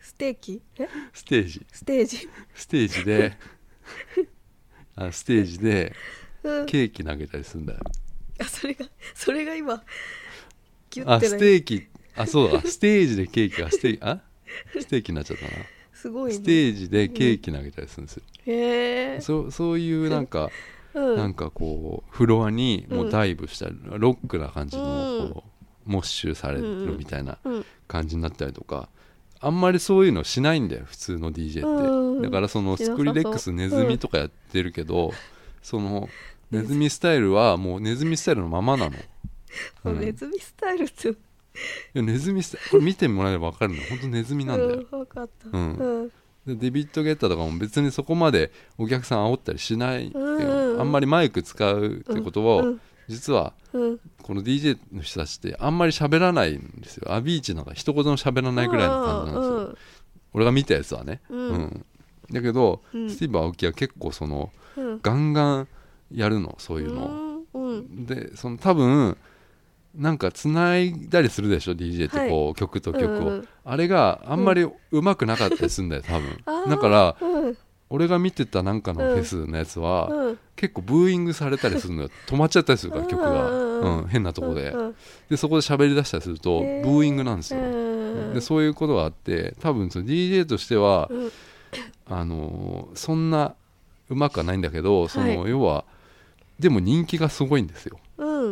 Speaker 1: ステーキえ
Speaker 2: ステージ
Speaker 1: ステージ
Speaker 2: ステージ [LAUGHS] であステージで
Speaker 1: うん
Speaker 2: ケーキ投げたりするんだよ
Speaker 1: あそれがそれが今ギュ
Speaker 2: あ
Speaker 1: ッて
Speaker 2: ス
Speaker 1: ない
Speaker 2: テーキあそうだステージでケーキがステーキあステーキになっちゃったな
Speaker 1: すごい
Speaker 2: ス
Speaker 1: ね
Speaker 2: テージでケーキ投げたりするんですよ、
Speaker 1: へえ
Speaker 2: そうそういうなんか
Speaker 1: う
Speaker 2: なんんかこうフロアにもうダイブしたり、ロックな感じのこうモッシュされるみたいな
Speaker 1: うん
Speaker 2: 感じになったりとかあんまりそういうのしないんだよ普通の DJ って、
Speaker 1: うん
Speaker 2: だからその
Speaker 1: しなさそ
Speaker 2: ス
Speaker 1: う
Speaker 2: クリレックスネズミとかやってるけど、そのネズミスタイルはもうネズミスタイルのままなの、う
Speaker 1: あ
Speaker 2: ん、い
Speaker 1: ネズミスタイルって
Speaker 2: やネズミスタイルこれ見てもらえれば分かるの本当ネズミなんだよ、
Speaker 1: うん、分かった
Speaker 2: うん
Speaker 1: うん
Speaker 2: でデビッド・ゲッターとかも別にそこまでお客さん煽ったりしないんだよ、
Speaker 1: うん
Speaker 2: あんまりマイク使うってことを、
Speaker 1: うん
Speaker 2: 実は
Speaker 1: うん
Speaker 2: この DJ の人たちってあんまり喋らないんですよアビーチなんか一言も喋らないぐらいの感じなんですよ、俺が見たやつはね、
Speaker 1: うん
Speaker 2: だけど、
Speaker 1: うん
Speaker 2: スティーブ・アオキは結構その
Speaker 1: うんうん
Speaker 2: ガンガンやるのそういうの、
Speaker 1: うんうん
Speaker 2: でその多分なんかつないだりするでしょ DJ ってこう、曲と曲を、
Speaker 1: うんうん
Speaker 2: あれがあんまりうまくなかったりするんだよ多分
Speaker 1: [LAUGHS] あー
Speaker 2: だから
Speaker 1: うん
Speaker 2: 俺が見てたなんかのフェスのやつは、
Speaker 1: うん
Speaker 2: 結構ブーイングされたりするのよ止まっちゃったりするから曲が、
Speaker 1: うんうんうん
Speaker 2: うん、変なとこで、
Speaker 1: うん
Speaker 2: でそこで喋り出したりすると、
Speaker 1: へー
Speaker 2: ブーイングなんですよ、
Speaker 1: うん
Speaker 2: でそういうことがあって多分その DJ としては、
Speaker 1: うん
Speaker 2: あのーそんなうまくはないんだけどその、
Speaker 1: は
Speaker 2: 要はでも人気がすごいんですよ、
Speaker 1: うん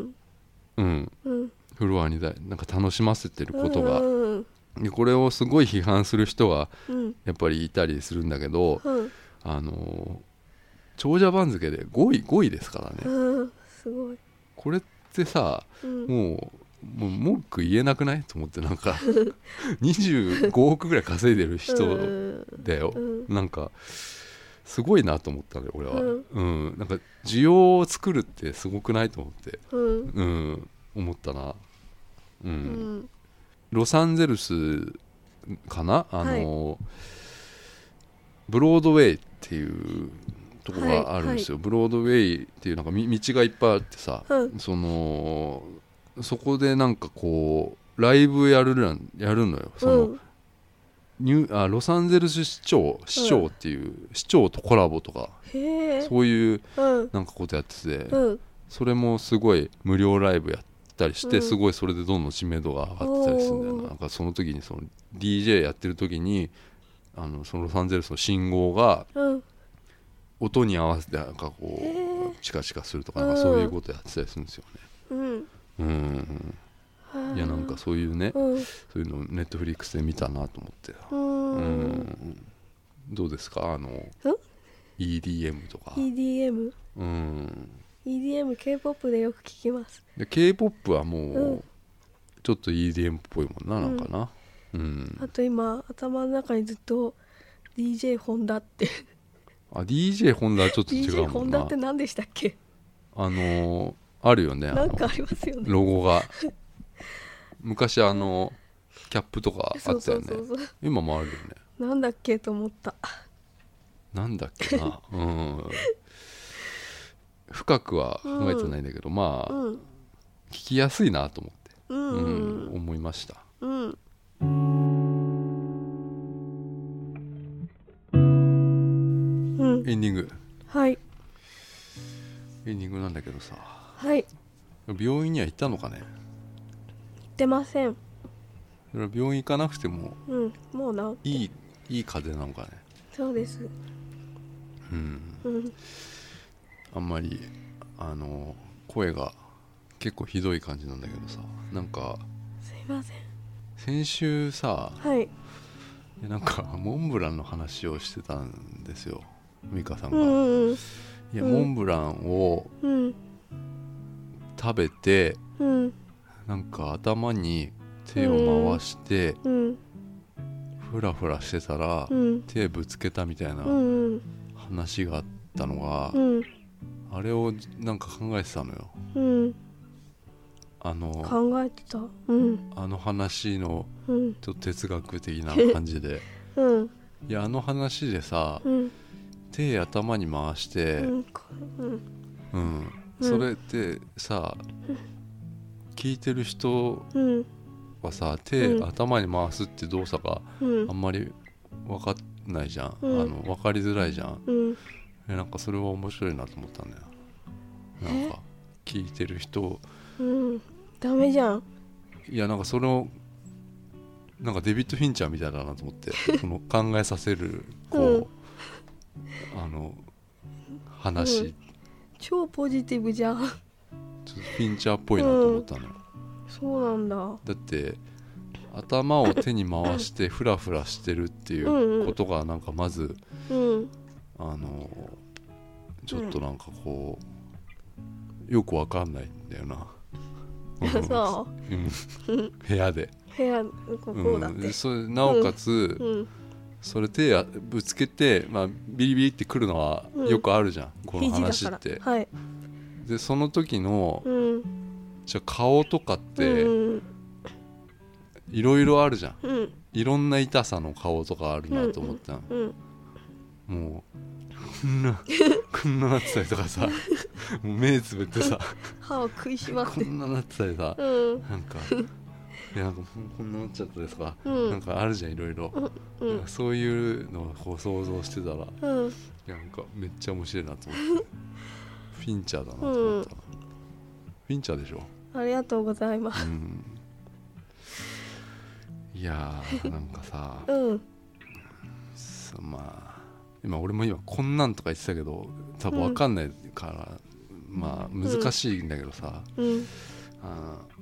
Speaker 2: うん、
Speaker 1: うん
Speaker 2: フロアにだなんか楽しませてることが、
Speaker 1: うん
Speaker 2: でこれをすごい批判する人が
Speaker 1: うん
Speaker 2: やっぱりいたりするんだけど、
Speaker 1: うん
Speaker 2: あのー長者番付で5位5位ですからね、
Speaker 1: うんすごい
Speaker 2: これってさ
Speaker 1: うん
Speaker 2: もうもう文句言えなくないと思ってなん
Speaker 1: [LAUGHS]
Speaker 2: か25億ぐらい稼いでる人だよ、
Speaker 1: うん
Speaker 2: なんかすごいなと思ったね俺は、
Speaker 1: う
Speaker 2: うんんなんか需要を作るってすごくないと思って、
Speaker 1: うん
Speaker 2: うん、思ったな、うん
Speaker 1: うん
Speaker 2: ロサンゼルスかなあの、ブロードウェイっていうとこがあるんですよ、ブロードウェイっていうなんかみ道がいっぱいあってさ、
Speaker 1: うん
Speaker 2: そのそこでなんかこうライブやるらんやるのよその、
Speaker 1: うん
Speaker 2: ニューあロサンゼルス市長市長っていう、市長とコラボとか
Speaker 1: へえ
Speaker 2: そういう
Speaker 1: うん
Speaker 2: なんかことやってて、
Speaker 1: うん
Speaker 2: それもすごい無料ライブやったりして、
Speaker 1: うん
Speaker 2: すごいそれでどんどん知名度が上がってたりするんだよ
Speaker 1: おー
Speaker 2: ななんかその時にその DJ やってる時にあのそのロサンゼルスの信号が
Speaker 1: うん
Speaker 2: 音に合わせてなんかこ
Speaker 1: へー
Speaker 2: うチカチカするとかなんかそういうことやってたりするんですよね。
Speaker 1: うん
Speaker 2: うんいやなんかそういうね
Speaker 1: うん
Speaker 2: そういうのをネットフリックスで見たなと思って
Speaker 1: うん
Speaker 2: うんどうですかあの EDM とか
Speaker 1: EDM
Speaker 2: うん
Speaker 1: EDM K-POP でよく聞きます
Speaker 2: で K-POP はもう、
Speaker 1: うん
Speaker 2: ちょっと EDM っぽいもんななんかなうん、
Speaker 1: あと今頭の中にずっと DJ ホンダ
Speaker 2: [LAUGHS]
Speaker 1: って
Speaker 2: あ DJ 本田はちょっと違
Speaker 1: DJ
Speaker 2: うも
Speaker 1: ホ
Speaker 2: ん
Speaker 1: ンダ
Speaker 2: な
Speaker 1: って何でしたっけ
Speaker 2: あのーあるよねあ
Speaker 1: な
Speaker 2: の
Speaker 1: んかありますよね
Speaker 2: ロゴが昔あのキャップとかあ
Speaker 1: そう
Speaker 2: った
Speaker 1: そ
Speaker 2: よ
Speaker 1: う
Speaker 2: ね
Speaker 1: そうそう
Speaker 2: 今もあるよね
Speaker 1: なんだっけと思った
Speaker 2: なんだっけなうん深くは考えてないんだけど、まあ、
Speaker 1: うん
Speaker 2: 聞きやすいなと思って
Speaker 1: うんう
Speaker 2: うん
Speaker 1: ん
Speaker 2: 思いました
Speaker 1: うんうん
Speaker 2: エンディング
Speaker 1: はい
Speaker 2: エンディングなんだけどさ
Speaker 1: はい
Speaker 2: 病院には行ったのかね
Speaker 1: 出ません
Speaker 2: それは病院行かなくても
Speaker 1: うんもうない
Speaker 2: いいい風邪なのかね
Speaker 1: そうです
Speaker 2: うん
Speaker 1: うん
Speaker 2: あんまりあの声が結構ひどい感じなんだけどさなんか
Speaker 1: すいません
Speaker 2: 先週さ
Speaker 1: はい
Speaker 2: なんかモンブランの話をしてたんですよ美香さん
Speaker 1: うん
Speaker 2: が、い
Speaker 1: うん
Speaker 2: や
Speaker 1: うん
Speaker 2: モンブランを
Speaker 1: うん
Speaker 2: 食べて
Speaker 1: うん
Speaker 2: なんか頭に手を回して
Speaker 1: うん
Speaker 2: フラフラしてたら
Speaker 1: うん
Speaker 2: 手ぶつけたみたいな
Speaker 1: うん
Speaker 2: 話があったのが
Speaker 1: うん
Speaker 2: あれをなんか考えてたのよ
Speaker 1: うん
Speaker 2: あの
Speaker 1: 考えてたうん
Speaker 2: あの話の
Speaker 1: うん
Speaker 2: ちょっと哲学的な感じ
Speaker 1: [LAUGHS]
Speaker 2: で
Speaker 1: うん
Speaker 2: いやあの話でさ
Speaker 1: うん
Speaker 2: 手頭に回し
Speaker 1: う
Speaker 2: て、
Speaker 1: んこうん
Speaker 2: うん、
Speaker 1: うん
Speaker 2: それってさ聞いてる人
Speaker 1: うん
Speaker 2: はさ手、
Speaker 1: うん
Speaker 2: 頭に回すって動作が
Speaker 1: うん
Speaker 2: あんまり分かんないじゃん、
Speaker 1: うん
Speaker 2: あの分かりづらいじゃん
Speaker 1: うん
Speaker 2: えなんかそれは面白いなと思ったんだよなんか聞いてる人
Speaker 1: うんダメじゃん
Speaker 2: いやなんかそのなんかデビッド・フィンチャーみたいだなと思って
Speaker 1: [LAUGHS]
Speaker 2: この考えさせるこう、あの話、
Speaker 1: うん
Speaker 2: ち
Speaker 1: 超ポジティブじゃん
Speaker 2: ょっとフィンチャーっぽいなと思ったのよ、
Speaker 1: そうなんだ
Speaker 2: だって頭を手に回してフラフラしてるってい
Speaker 1: んう
Speaker 2: うんことがなんかまず
Speaker 1: うん
Speaker 2: あのちょっとなんかこうよくわかんないんだよな。
Speaker 1: [LAUGHS] そ
Speaker 2: うん
Speaker 1: [LAUGHS]
Speaker 2: 部屋で、
Speaker 1: う部屋ここだっ
Speaker 2: うん
Speaker 1: て
Speaker 2: でそれなおかつ、
Speaker 1: うん
Speaker 2: それ手やぶつけて、まあ、ビリビリってくるのは
Speaker 1: うん
Speaker 2: よくあるじゃん、この
Speaker 1: 肘だ
Speaker 2: 話
Speaker 1: か
Speaker 2: っ
Speaker 1: ら
Speaker 2: て。
Speaker 1: はい
Speaker 2: でその時の、
Speaker 1: うん
Speaker 2: じゃあ顔とかっ
Speaker 1: う
Speaker 2: て
Speaker 1: ん
Speaker 2: いろいろあるじゃん
Speaker 1: うん
Speaker 2: いろんな痛さの顔とかあるなと思ったの。
Speaker 1: うん
Speaker 2: もうこ
Speaker 1: [LAUGHS]
Speaker 2: んなこんななってたりとかさもう目つぶって
Speaker 1: [LAUGHS]
Speaker 2: さ
Speaker 1: 歯を食いしばっ
Speaker 2: こ
Speaker 1: て
Speaker 2: んななってたりさ
Speaker 1: うん
Speaker 2: なんかいやなんかもうこんななっちゃったりとか、
Speaker 1: うん
Speaker 2: なんかあるじゃんいろいろ、
Speaker 1: うん
Speaker 2: そういうのをこう想像してたらい
Speaker 1: うん
Speaker 2: やなんかめっちゃ面白いなと思ってフィンチャーだなと思った、フィンチャーでしょ、
Speaker 1: ありがとうございま
Speaker 2: う
Speaker 1: す
Speaker 2: ん、いやーなんかさ [LAUGHS]
Speaker 1: うん
Speaker 2: さまあ今俺も今こんなんとか言ってたけど多分わかんないから、まあ難しいんだけどさ、
Speaker 1: うん
Speaker 2: あー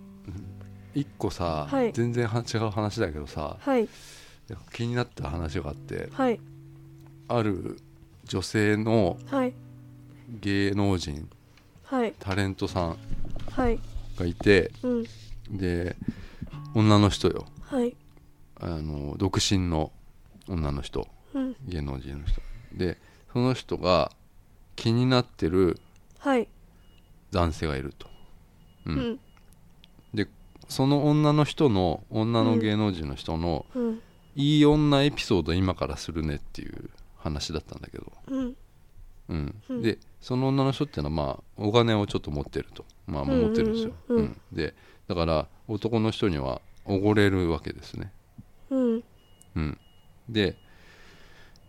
Speaker 2: 一個さ、
Speaker 1: はい
Speaker 2: 全然は違う話だけどさ
Speaker 1: はい
Speaker 2: 気になった話があって
Speaker 1: はい
Speaker 2: ある女性の
Speaker 1: はい
Speaker 2: 芸能人
Speaker 1: はい
Speaker 2: タレントさん
Speaker 1: はい
Speaker 2: がいて
Speaker 1: うん
Speaker 2: で女の人よ
Speaker 1: はい
Speaker 2: あの独身の女の人
Speaker 1: うん
Speaker 2: 芸能人の人でその人が気になってる
Speaker 1: はい
Speaker 2: 男性がいると、う
Speaker 1: うんん
Speaker 2: その女の人の女の芸能人の人の、
Speaker 1: うん
Speaker 2: いい女エピソード今からするねっていう話だったんだけど、
Speaker 1: うん
Speaker 2: うん
Speaker 1: うん
Speaker 2: でその女の人っていうのは、まあ、お金をちょっと持ってるとまあ
Speaker 1: うんうんうん
Speaker 2: 持ってるんですよ、
Speaker 1: うん
Speaker 2: でだから男の人にはおごれるわけですね、
Speaker 1: うん
Speaker 2: うん、で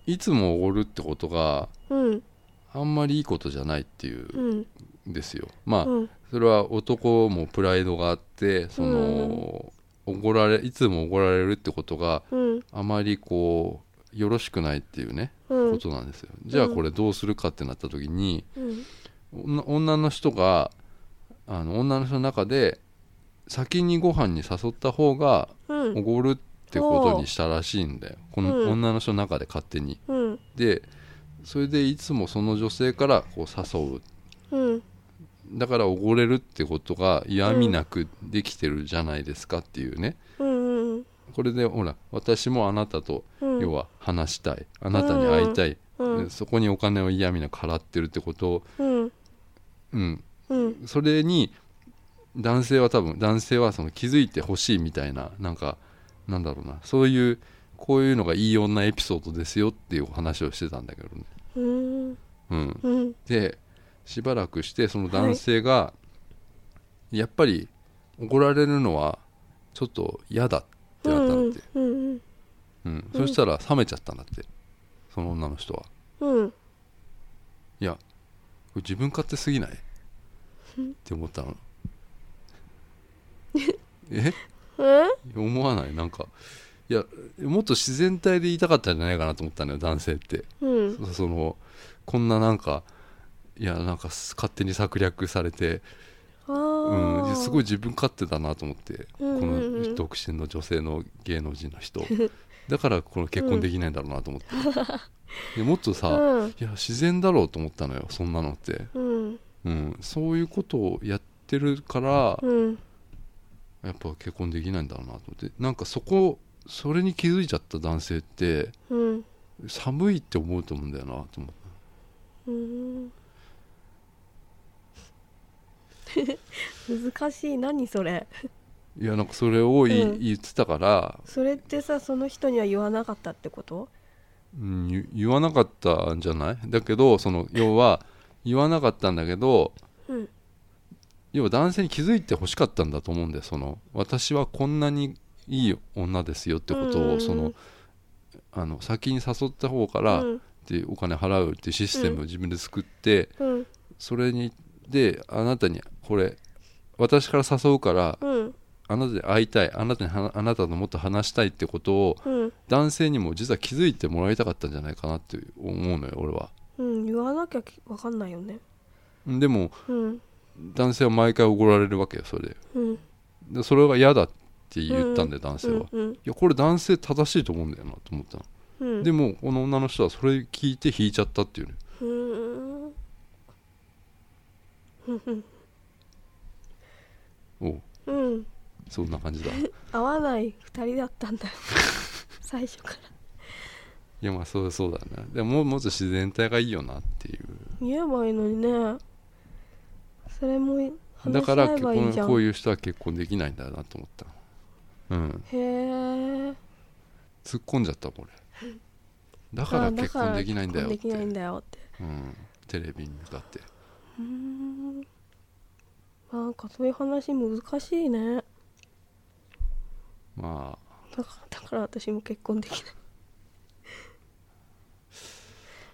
Speaker 2: いつもおごるってことが
Speaker 1: うん
Speaker 2: あんまりいいことじゃないっていう
Speaker 1: うんうん
Speaker 2: んですよまあ、
Speaker 1: うん
Speaker 2: それは男もプライドがあってその、おごられいつもおごられるってことが
Speaker 1: うん
Speaker 2: あまりこうよろしくないっていうね、
Speaker 1: うん
Speaker 2: ことなんですよじゃあこれどうするかってなった時に
Speaker 1: うん
Speaker 2: 女女の人があの女の人の中で先にご飯に誘った方が
Speaker 1: うん
Speaker 2: おごるってことにしたらしいんだよこ
Speaker 1: うん
Speaker 2: の女の人の中で勝手に
Speaker 1: うん
Speaker 2: でそれでいつもその女性からこう誘う
Speaker 1: うん
Speaker 2: だからおごれるってことが嫌味なくできてるじゃないですかっていうね、
Speaker 1: うんうん
Speaker 2: これでほら私もあなたと
Speaker 1: うん
Speaker 2: 要は話したい、あなたに会いたい、
Speaker 1: うん
Speaker 2: そこにお金を嫌味なく払ってるってことを、
Speaker 1: うん
Speaker 2: うん、
Speaker 1: うん
Speaker 2: それに男性は多分男性はその気づいてほしいみたいななんかなんだろうなそういうこういうのがいい女エピソードですよっていうお話をしてたんだけどね、
Speaker 1: うん
Speaker 2: うん、
Speaker 1: うん
Speaker 2: でしばらくしてその男性が、やっぱり怒られるのはちょっと嫌だってなったんだって、
Speaker 1: うん
Speaker 2: うんそしたら冷めちゃったんだってその女の人は
Speaker 1: うん
Speaker 2: いやこれ自分勝手すぎないって思ったのえ
Speaker 1: え
Speaker 2: 思わないなんかいやもっと自然体で言いたかったんじゃないかなと思ったのよ男性って
Speaker 1: うん
Speaker 2: そのこんななんかいやなんか勝手に策略されて、
Speaker 1: あ
Speaker 2: う
Speaker 1: あ、
Speaker 2: ん、すごい自分勝手だなと思って、
Speaker 1: うんうんうん
Speaker 2: この独身の女性の芸能人
Speaker 1: [LAUGHS]
Speaker 2: の人だからこの結婚できないんだろうなと思って、でもっとさ、
Speaker 1: うん
Speaker 2: いや自然だろうと思ったのよそんなのって、
Speaker 1: うん
Speaker 2: うん、そういうことをやってるから、
Speaker 1: うん
Speaker 2: やっぱ結婚できないんだろうなと思ってなんかそこそれに気づいちゃった男性って
Speaker 1: うん
Speaker 2: 寒いって思うと思うんだよなと思って
Speaker 1: うん、難しい何それ
Speaker 2: いやなんかそれを言,、
Speaker 1: うん
Speaker 2: 言ってたから、
Speaker 1: それってさその人には言わなかったってこと
Speaker 2: うん、言言わなかったんじゃないだけどその要は言わなかったんだけど
Speaker 1: うん
Speaker 2: 要は男性に気づいてほしかったんだと思うんだよその私はこんなにいい女ですよってことを、
Speaker 1: うんうんうん
Speaker 2: そのあの先に誘った方から、
Speaker 1: うん
Speaker 2: でお金払うっていうシステムを自分で作って、
Speaker 1: うん
Speaker 2: それにであなたにこれ私から誘うから
Speaker 1: うん
Speaker 2: あなたに会いたいあなたにはあなたともっと話したいってことを
Speaker 1: うん
Speaker 2: 男性にも実は気づいてもらいたかったんじゃないかなって思うのよ俺は
Speaker 1: うん言わなきゃきわかんないよね
Speaker 2: でも
Speaker 1: うん
Speaker 2: 男性は毎回怒られるわけよそれで
Speaker 1: うん
Speaker 2: でそれが嫌だって言ったんで男性は、い
Speaker 1: うん
Speaker 2: やこれ男性正しいと思うんだよなと思ったの、
Speaker 1: うん
Speaker 2: でもこの女の人はそれ聞いて引いちゃったっていうね
Speaker 1: うーん
Speaker 2: おう
Speaker 1: うん
Speaker 2: そんな感 [LAUGHS] じだい
Speaker 1: 合わない二人だったんだ最初から
Speaker 2: やまあそうそうだねでももっと自然体がいいよなっていう
Speaker 1: 言えばいいのにねそれも
Speaker 2: だ
Speaker 1: 話し
Speaker 2: から
Speaker 1: 合え
Speaker 2: 結
Speaker 1: ばいい
Speaker 2: 婚
Speaker 1: じゃん
Speaker 2: こういう人は結婚できないんだなと思ったうん
Speaker 1: へえ
Speaker 2: 突っ込んじゃった [LAUGHS] これだから結婚できないんだよっ
Speaker 1: で
Speaker 2: て
Speaker 1: きないんだよって
Speaker 2: うん、テレビに向かって
Speaker 1: うーんなんかそういう話難しいね
Speaker 2: ま
Speaker 1: だからだから私も結婚できない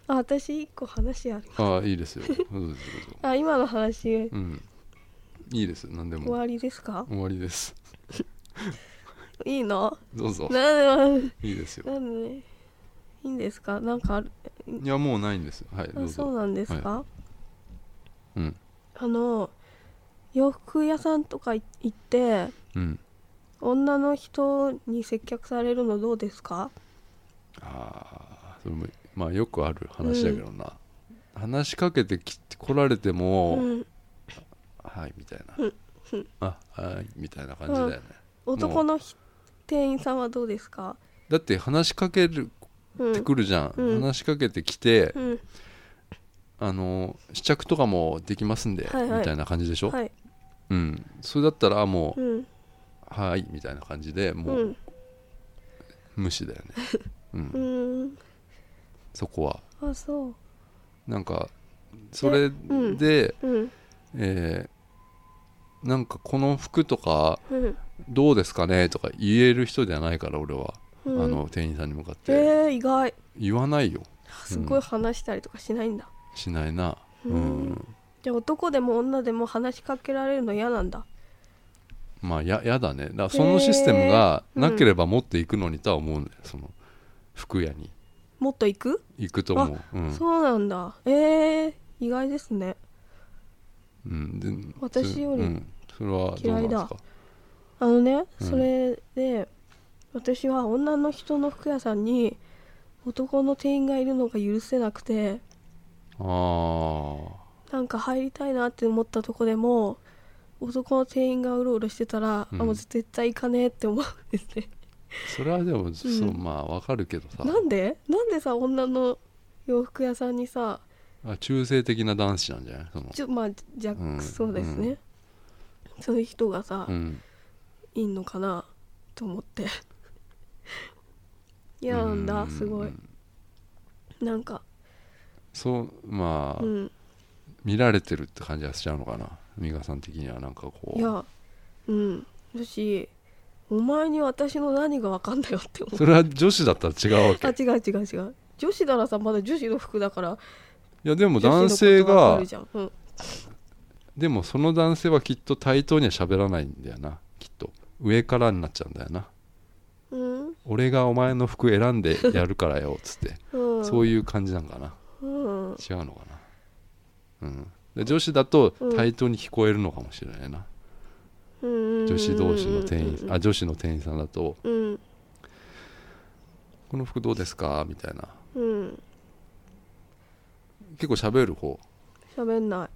Speaker 1: あ私一個話ある
Speaker 2: あああいいですよどうぞどうぞ
Speaker 1: あ今の話
Speaker 2: うんいいです何で
Speaker 1: 終
Speaker 2: も
Speaker 1: わりですか
Speaker 2: 終わりです
Speaker 1: いいの
Speaker 2: どうぞ
Speaker 1: なんで
Speaker 2: いいですよ
Speaker 1: なんでいいんですかなんかある
Speaker 2: いやもうないんですはいど
Speaker 1: あ
Speaker 2: う
Speaker 1: そう
Speaker 2: ぞ
Speaker 1: なんですか、
Speaker 2: うん
Speaker 1: あの洋服屋さんとかい行って
Speaker 2: うん
Speaker 1: 女の人に接客されるのどうですか
Speaker 2: ああそれもまあよくある話だけどな、話しかけてき来られても、
Speaker 1: うん、
Speaker 2: はいみたいな、
Speaker 1: うんうん
Speaker 2: あはいみたいな感じだよね、
Speaker 1: 男のひ店員さんはどうですか、
Speaker 2: だって話しかける
Speaker 1: うん、
Speaker 2: ってくるじゃん、
Speaker 1: うん
Speaker 2: 話しかけてきて、
Speaker 1: うん
Speaker 2: あの試着とかもできますんで、
Speaker 1: はいはい
Speaker 2: みたいな感じでしょ、
Speaker 1: はい、
Speaker 2: うん、それだったらもう
Speaker 1: う、ん
Speaker 2: はいみたいな感じでも
Speaker 1: う
Speaker 2: うん無視だよね、うん
Speaker 1: うん
Speaker 2: そこは
Speaker 1: あそう
Speaker 2: なんかそれで、
Speaker 1: んうん
Speaker 2: えーなんかこの服とか
Speaker 1: うん
Speaker 2: どうですかねとか言える人ではないから俺は、
Speaker 1: うん
Speaker 2: あの店員さんに向かっ
Speaker 1: え
Speaker 2: て
Speaker 1: ー、意外
Speaker 2: 言わないよ
Speaker 1: すごい話したりとかしないんだ、
Speaker 2: しないな
Speaker 1: うん
Speaker 2: うん
Speaker 1: じゃあ男でも女でも話しかけられるの嫌なんだ
Speaker 2: まあややだねだからそのシステムがなければ持っていくのにとは思うんだよ、その服屋に
Speaker 1: もっと行く、
Speaker 2: 行くと思う、うん
Speaker 1: そうなんだえー、意外ですね
Speaker 2: うん、で
Speaker 1: 私より
Speaker 2: それ,、うん、それはどうなんですか
Speaker 1: あのね、
Speaker 2: うん
Speaker 1: それで私は女の人の服屋さんに男の店員がいるのが許せなくて
Speaker 2: あー
Speaker 1: なんか入りたいなって思ったとこでも男の店員がうろうろしてたら、
Speaker 2: うん
Speaker 1: あもう絶対行かねえって思うんですね
Speaker 2: それはでも、そう
Speaker 1: うん
Speaker 2: まあわかるけどさ
Speaker 1: なんでなんでさ女の洋服屋さんにさ
Speaker 2: あ中性的な男子なんじゃないその
Speaker 1: ちょまあじゃ、
Speaker 2: うん
Speaker 1: そうですね、そういう人がさ、
Speaker 2: うん
Speaker 1: いんのかなと思って
Speaker 2: [LAUGHS]
Speaker 1: 嫌なんだすごいなんか
Speaker 2: そうまあ、
Speaker 1: うん
Speaker 2: 見られてるって感じがしちゃうのかな美香さん的にはなんかこ
Speaker 1: いうやうんだしお前に私の何が分かんだよって
Speaker 2: [LAUGHS]
Speaker 1: 思う
Speaker 2: それは女子だったら違うわ
Speaker 1: あ
Speaker 2: けい
Speaker 1: 違う違う違う女子ならさまだ女子の服だから
Speaker 2: やでも
Speaker 1: 女子の
Speaker 2: 男性
Speaker 1: ことわか
Speaker 2: が
Speaker 1: るじゃんうん
Speaker 2: でもその男性はきっと対等には喋らないんだよなきっと上からになっちゃうんだよな
Speaker 1: うん
Speaker 2: 俺がお前の服選んでやるからよっつって
Speaker 1: うん
Speaker 2: そういう感じなんかな
Speaker 1: うん
Speaker 2: 違うのかなうんで女子だと
Speaker 1: うん
Speaker 2: 対等に聞こえるのかもしれないな、
Speaker 1: うん
Speaker 2: 女子同士の店員
Speaker 1: うん
Speaker 2: あ女子の店員さんだと
Speaker 1: うん
Speaker 2: 「この服どうですか?」みたいな
Speaker 1: うん
Speaker 2: 結構喋る方
Speaker 1: 喋んない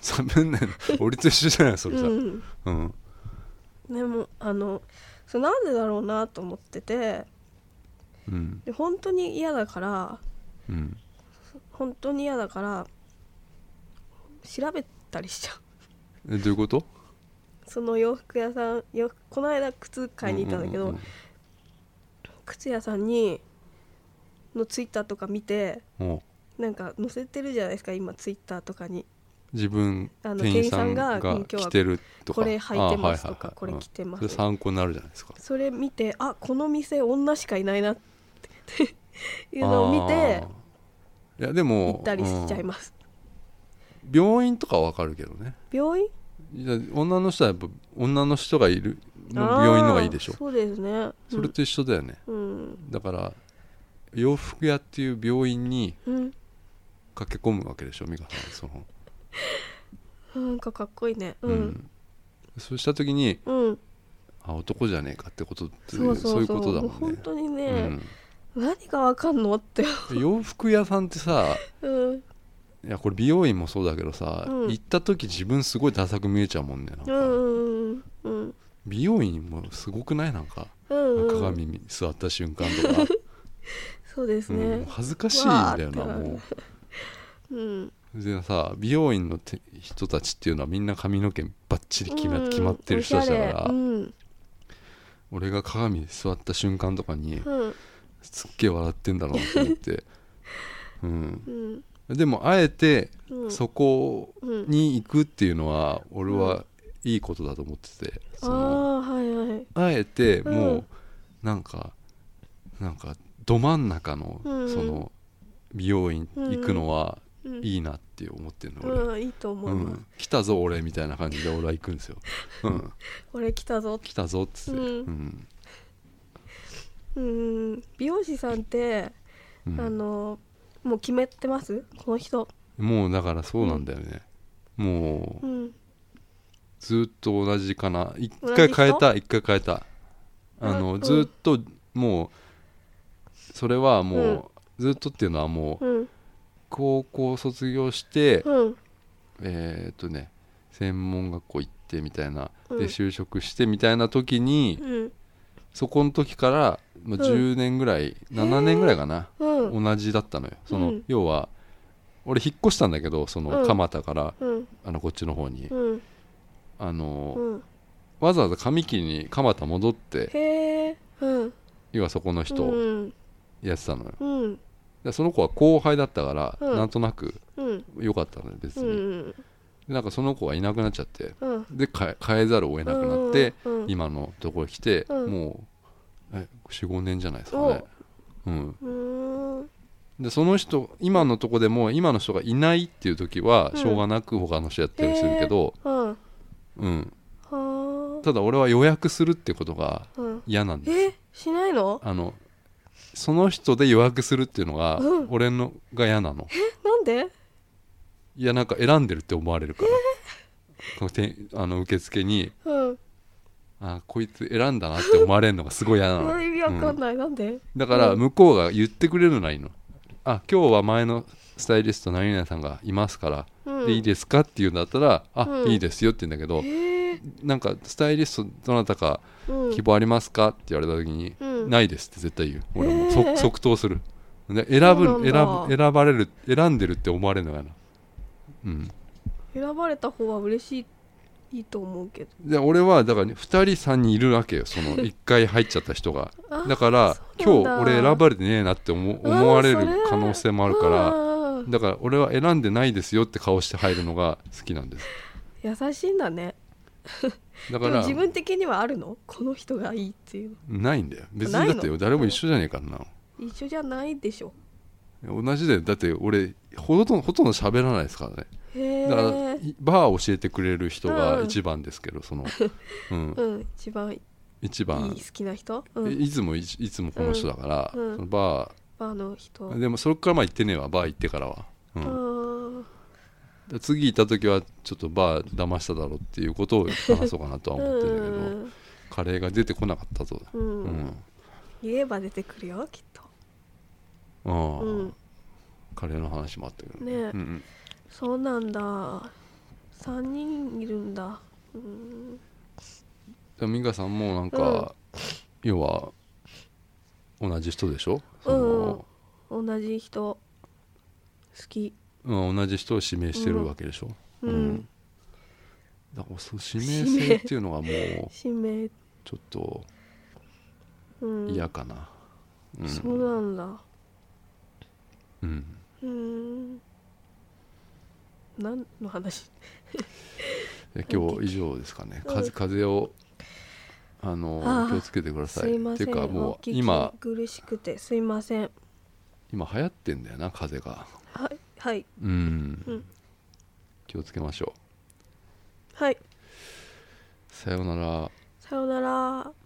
Speaker 2: 喋
Speaker 1: [LAUGHS]
Speaker 2: んないの俺と一緒じゃないそれさ、
Speaker 1: うん
Speaker 2: うん
Speaker 1: でもあのそれなんでだろうなと思ってて
Speaker 2: うん
Speaker 1: で本当に嫌だから
Speaker 2: うん
Speaker 1: 本当に嫌だから調べたりしちゃう
Speaker 2: えどういうこと
Speaker 1: その洋服屋さん洋服この間靴買いに行ったんだけど、
Speaker 2: うう
Speaker 1: 靴屋さんにのツイッターとか見て
Speaker 2: うんも
Speaker 1: なんか載せてるじゃないですか今ツイッターとかに
Speaker 2: う自分
Speaker 1: あの
Speaker 2: 店員さん
Speaker 1: 店
Speaker 2: が
Speaker 1: 員さんが今日は
Speaker 2: 着てるとか
Speaker 1: これ履いてますと
Speaker 2: あ
Speaker 1: か
Speaker 2: ー
Speaker 1: これ着てます
Speaker 2: それ参考になるじゃないですか
Speaker 1: それ見てあこの店女しかいないなって [LAUGHS] いうのを見て
Speaker 2: あーいや
Speaker 1: 行
Speaker 2: で
Speaker 1: っ
Speaker 2: も
Speaker 1: たりしちゃいます、
Speaker 2: うん病院とかはわかるけどね
Speaker 1: 病院
Speaker 2: いや女の人はやっぱ女の人がいるの病院のがいいでしょ
Speaker 1: あーそうですねうん
Speaker 2: それと一緒だよね、
Speaker 1: うん
Speaker 2: だから洋服屋っていう病院に
Speaker 1: うん
Speaker 2: 駆け込むわけでしょ美香さんその
Speaker 1: なんかかっこいいねうん
Speaker 2: そうした時に
Speaker 1: うん、
Speaker 2: あ男じゃねえかってことって
Speaker 1: そうそうそう
Speaker 2: いうことだもんね
Speaker 1: 本当に
Speaker 2: う
Speaker 1: ね、
Speaker 2: ん
Speaker 1: 何がわかんのって、
Speaker 2: 洋服屋さんってさ
Speaker 1: うん、
Speaker 2: いやこれ美容院もそうだけどさ、
Speaker 1: うん
Speaker 2: 行った時自分すごいダサく見えちゃうもんねなん
Speaker 1: うん
Speaker 2: か、
Speaker 1: うんうん
Speaker 2: 美容院もすごくないなんか、
Speaker 1: うんうん
Speaker 2: 鏡に座った瞬間とか、
Speaker 1: そうです
Speaker 2: うん
Speaker 1: ね
Speaker 2: 恥ずかしいんだよな
Speaker 1: わーってなる
Speaker 2: も
Speaker 1: うん
Speaker 2: うでさ美容院のて人たちっていうのはみんな髪の毛バッチリ決ま,、
Speaker 1: うん
Speaker 2: 決まってる人たちだから、
Speaker 1: おしゃれうん
Speaker 2: 俺が鏡に座った瞬間とかに
Speaker 1: うん
Speaker 2: すっげえ笑ってんだろうなと思って、 [LAUGHS] うん、
Speaker 1: うん
Speaker 2: でもあえて
Speaker 1: うん
Speaker 2: そこ
Speaker 1: うん
Speaker 2: に行くっていうのは俺はいいことだと思ってて
Speaker 1: あ
Speaker 2: その
Speaker 1: あはいはい
Speaker 2: あえても
Speaker 1: う
Speaker 2: うんなんかなんかど真ん中の
Speaker 1: うんうん
Speaker 2: その美容院行くのは
Speaker 1: うん
Speaker 2: いいなって思ってるの俺、
Speaker 1: うん、いいと思
Speaker 2: う
Speaker 1: います、
Speaker 2: ん、来たぞ俺みたいな感じで俺は行くんです
Speaker 1: [LAUGHS]
Speaker 2: よ、うん、
Speaker 1: 俺来たぞって
Speaker 2: 来たぞっつって、
Speaker 1: う
Speaker 2: う
Speaker 1: ん
Speaker 2: ん
Speaker 1: うん美容師さんって、
Speaker 2: うん
Speaker 1: あのもう決めてますこの人
Speaker 2: もうだからそうなんだよね、もう
Speaker 1: うん
Speaker 2: ずっと同じかな一
Speaker 1: 同じ
Speaker 2: 回
Speaker 1: 人
Speaker 2: 変えた一回変えたあ
Speaker 1: う
Speaker 2: の
Speaker 1: ん
Speaker 2: ずっともうそれはもうずっとっていうのはもう
Speaker 1: うん
Speaker 2: 高校卒業して
Speaker 1: うん
Speaker 2: えーっとね専門学校行ってみたいな
Speaker 1: うん
Speaker 2: で就職してみたいな時に
Speaker 1: うん
Speaker 2: そこの時からまあ
Speaker 1: ん
Speaker 2: 10年ぐらい7年ぐらいかな
Speaker 1: うん
Speaker 2: 同じだったのよそうの
Speaker 1: ん
Speaker 2: 要は俺引っ越したんだけどその
Speaker 1: うん
Speaker 2: 蒲田から
Speaker 1: うん
Speaker 2: あのこっちの方に
Speaker 1: うん
Speaker 2: あの
Speaker 1: うん
Speaker 2: わざわざ上木に蒲田戻って
Speaker 1: へえうん
Speaker 2: 要はそこの人
Speaker 1: う
Speaker 2: を
Speaker 1: ん
Speaker 2: やってたのよ、
Speaker 1: うん
Speaker 2: でその子は後輩だったから、
Speaker 1: うん
Speaker 2: なんとなく
Speaker 1: うん
Speaker 2: 良かったのよ別
Speaker 1: うん
Speaker 2: に、でなんかその子がいなくなっちゃって
Speaker 1: うん
Speaker 2: で変え変えざるを得なくなって、
Speaker 1: うん
Speaker 2: 今のところに来て、
Speaker 1: うん
Speaker 2: もう45年じゃないですかね、うん、
Speaker 1: うん
Speaker 2: でその人今のとこでも今の人がいないっていう時は
Speaker 1: うん
Speaker 2: しょうがなく他の人やったりするけど、
Speaker 1: うん
Speaker 2: うん、
Speaker 1: は
Speaker 2: ただ俺は予約するってことが
Speaker 1: あうん
Speaker 2: 嫌なんです
Speaker 1: えしないの
Speaker 2: あのその人で予約するっていうのが、
Speaker 1: うん
Speaker 2: 俺のが嫌なの
Speaker 1: なんで
Speaker 2: いやなんか選んでるって思われるから、このてあの受付に
Speaker 1: うん
Speaker 2: あこいつ選んだなって思われるのがすごい嫌な
Speaker 1: う
Speaker 2: の
Speaker 1: ん意味わかん
Speaker 2: うん
Speaker 1: ないなんで
Speaker 2: だから
Speaker 1: うん
Speaker 2: 向こうが言ってくれるならいいのあ今日は前のスタイリスト何々さんがいますから、
Speaker 1: うん
Speaker 2: でいいですかって言うんだったらあ、
Speaker 1: うん
Speaker 2: いいですよって言うんだけど
Speaker 1: へえ
Speaker 2: なんかスタイリストどなたか
Speaker 1: うん
Speaker 2: 希望ありますかって言われた時に、
Speaker 1: うん
Speaker 2: ないですって絶対言う俺も
Speaker 1: へー
Speaker 2: 即,、即答するで
Speaker 1: そう
Speaker 2: 選
Speaker 1: な
Speaker 2: ぶ
Speaker 1: ん
Speaker 2: 選
Speaker 1: だ
Speaker 2: ぶ選ばれる選んでるって思われるのがなうん
Speaker 1: 選ばれた方は嬉しいいいと思うけど
Speaker 2: で俺はだから2人3人いるわけ
Speaker 1: [LAUGHS]
Speaker 2: よその1回入っちゃった人が
Speaker 1: あ
Speaker 2: だから
Speaker 1: そう
Speaker 2: 今
Speaker 1: な
Speaker 2: 日
Speaker 1: んだ
Speaker 2: 俺選ばれてねえなって
Speaker 1: う
Speaker 2: 思
Speaker 1: ん
Speaker 2: 思われる
Speaker 1: それ
Speaker 2: 可能性もあるから
Speaker 1: うん
Speaker 2: だから俺は選んでないですよって顔して入るのが好きなんです
Speaker 1: 優しいんだねで
Speaker 2: だか
Speaker 1: も
Speaker 2: ら
Speaker 1: 自分的にはあるのこの人がいいっていう
Speaker 2: ないんだよ別
Speaker 1: な
Speaker 2: に
Speaker 1: い
Speaker 2: だ
Speaker 1: の
Speaker 2: って誰も一緒じゃねえから
Speaker 1: 一緒じゃないでしょ
Speaker 2: な同じだよだって俺ほとんどほとんど喋らないですからね
Speaker 1: へ
Speaker 2: だから
Speaker 1: え
Speaker 2: バーを教えてくれる人
Speaker 1: う
Speaker 2: が
Speaker 1: ん
Speaker 2: 一番ですけどその、
Speaker 1: [LAUGHS]
Speaker 2: うん、
Speaker 1: うん一番いい
Speaker 2: 一
Speaker 1: 好
Speaker 2: 番
Speaker 1: きな人、うん、
Speaker 2: いいつもいいつもこの人だから、
Speaker 1: うんうん
Speaker 2: そのバ
Speaker 1: バーの人
Speaker 2: ーでもそれからまあ行ってねえわバー行ってからは、うん
Speaker 1: うん
Speaker 2: で次行った時はちょっとバー騙しただろうっていうことを話そうかなとは思ってるんだけど、カレーが出てこなかったと、
Speaker 1: うん
Speaker 2: う
Speaker 1: うん
Speaker 2: ん
Speaker 1: 言えば出てくるよきっと
Speaker 2: ああ
Speaker 1: うん
Speaker 2: カレーの話もあったけど
Speaker 1: ねえ
Speaker 2: うんうん
Speaker 1: そうなんだ3人いるんだうん
Speaker 2: でも美香さんもなんか、要は同じ人でしょその、
Speaker 1: 同じ人好き
Speaker 2: うん同じ人を指名してるわけでしょ、
Speaker 1: うん、
Speaker 2: うんだからそう指名性っていうのがもう
Speaker 1: 指名
Speaker 2: ちょっと
Speaker 1: うん
Speaker 2: 嫌かな、うん
Speaker 1: そうなんだ
Speaker 2: うん
Speaker 1: うん何の話
Speaker 2: で今日以上ですかね、
Speaker 1: うん
Speaker 2: 風風邪をあの
Speaker 1: あー
Speaker 2: 気をつけてくださ
Speaker 1: す
Speaker 2: い
Speaker 1: いま
Speaker 2: って
Speaker 1: せ
Speaker 2: い
Speaker 1: ん
Speaker 2: うかもう
Speaker 1: お聞き
Speaker 2: 今
Speaker 1: 苦しくてすいません
Speaker 2: 今流行ってんだよな風邪が
Speaker 1: はいはい
Speaker 2: うん、
Speaker 1: うん
Speaker 2: 気をつけましょう
Speaker 1: はい
Speaker 2: さようなら
Speaker 1: さようなら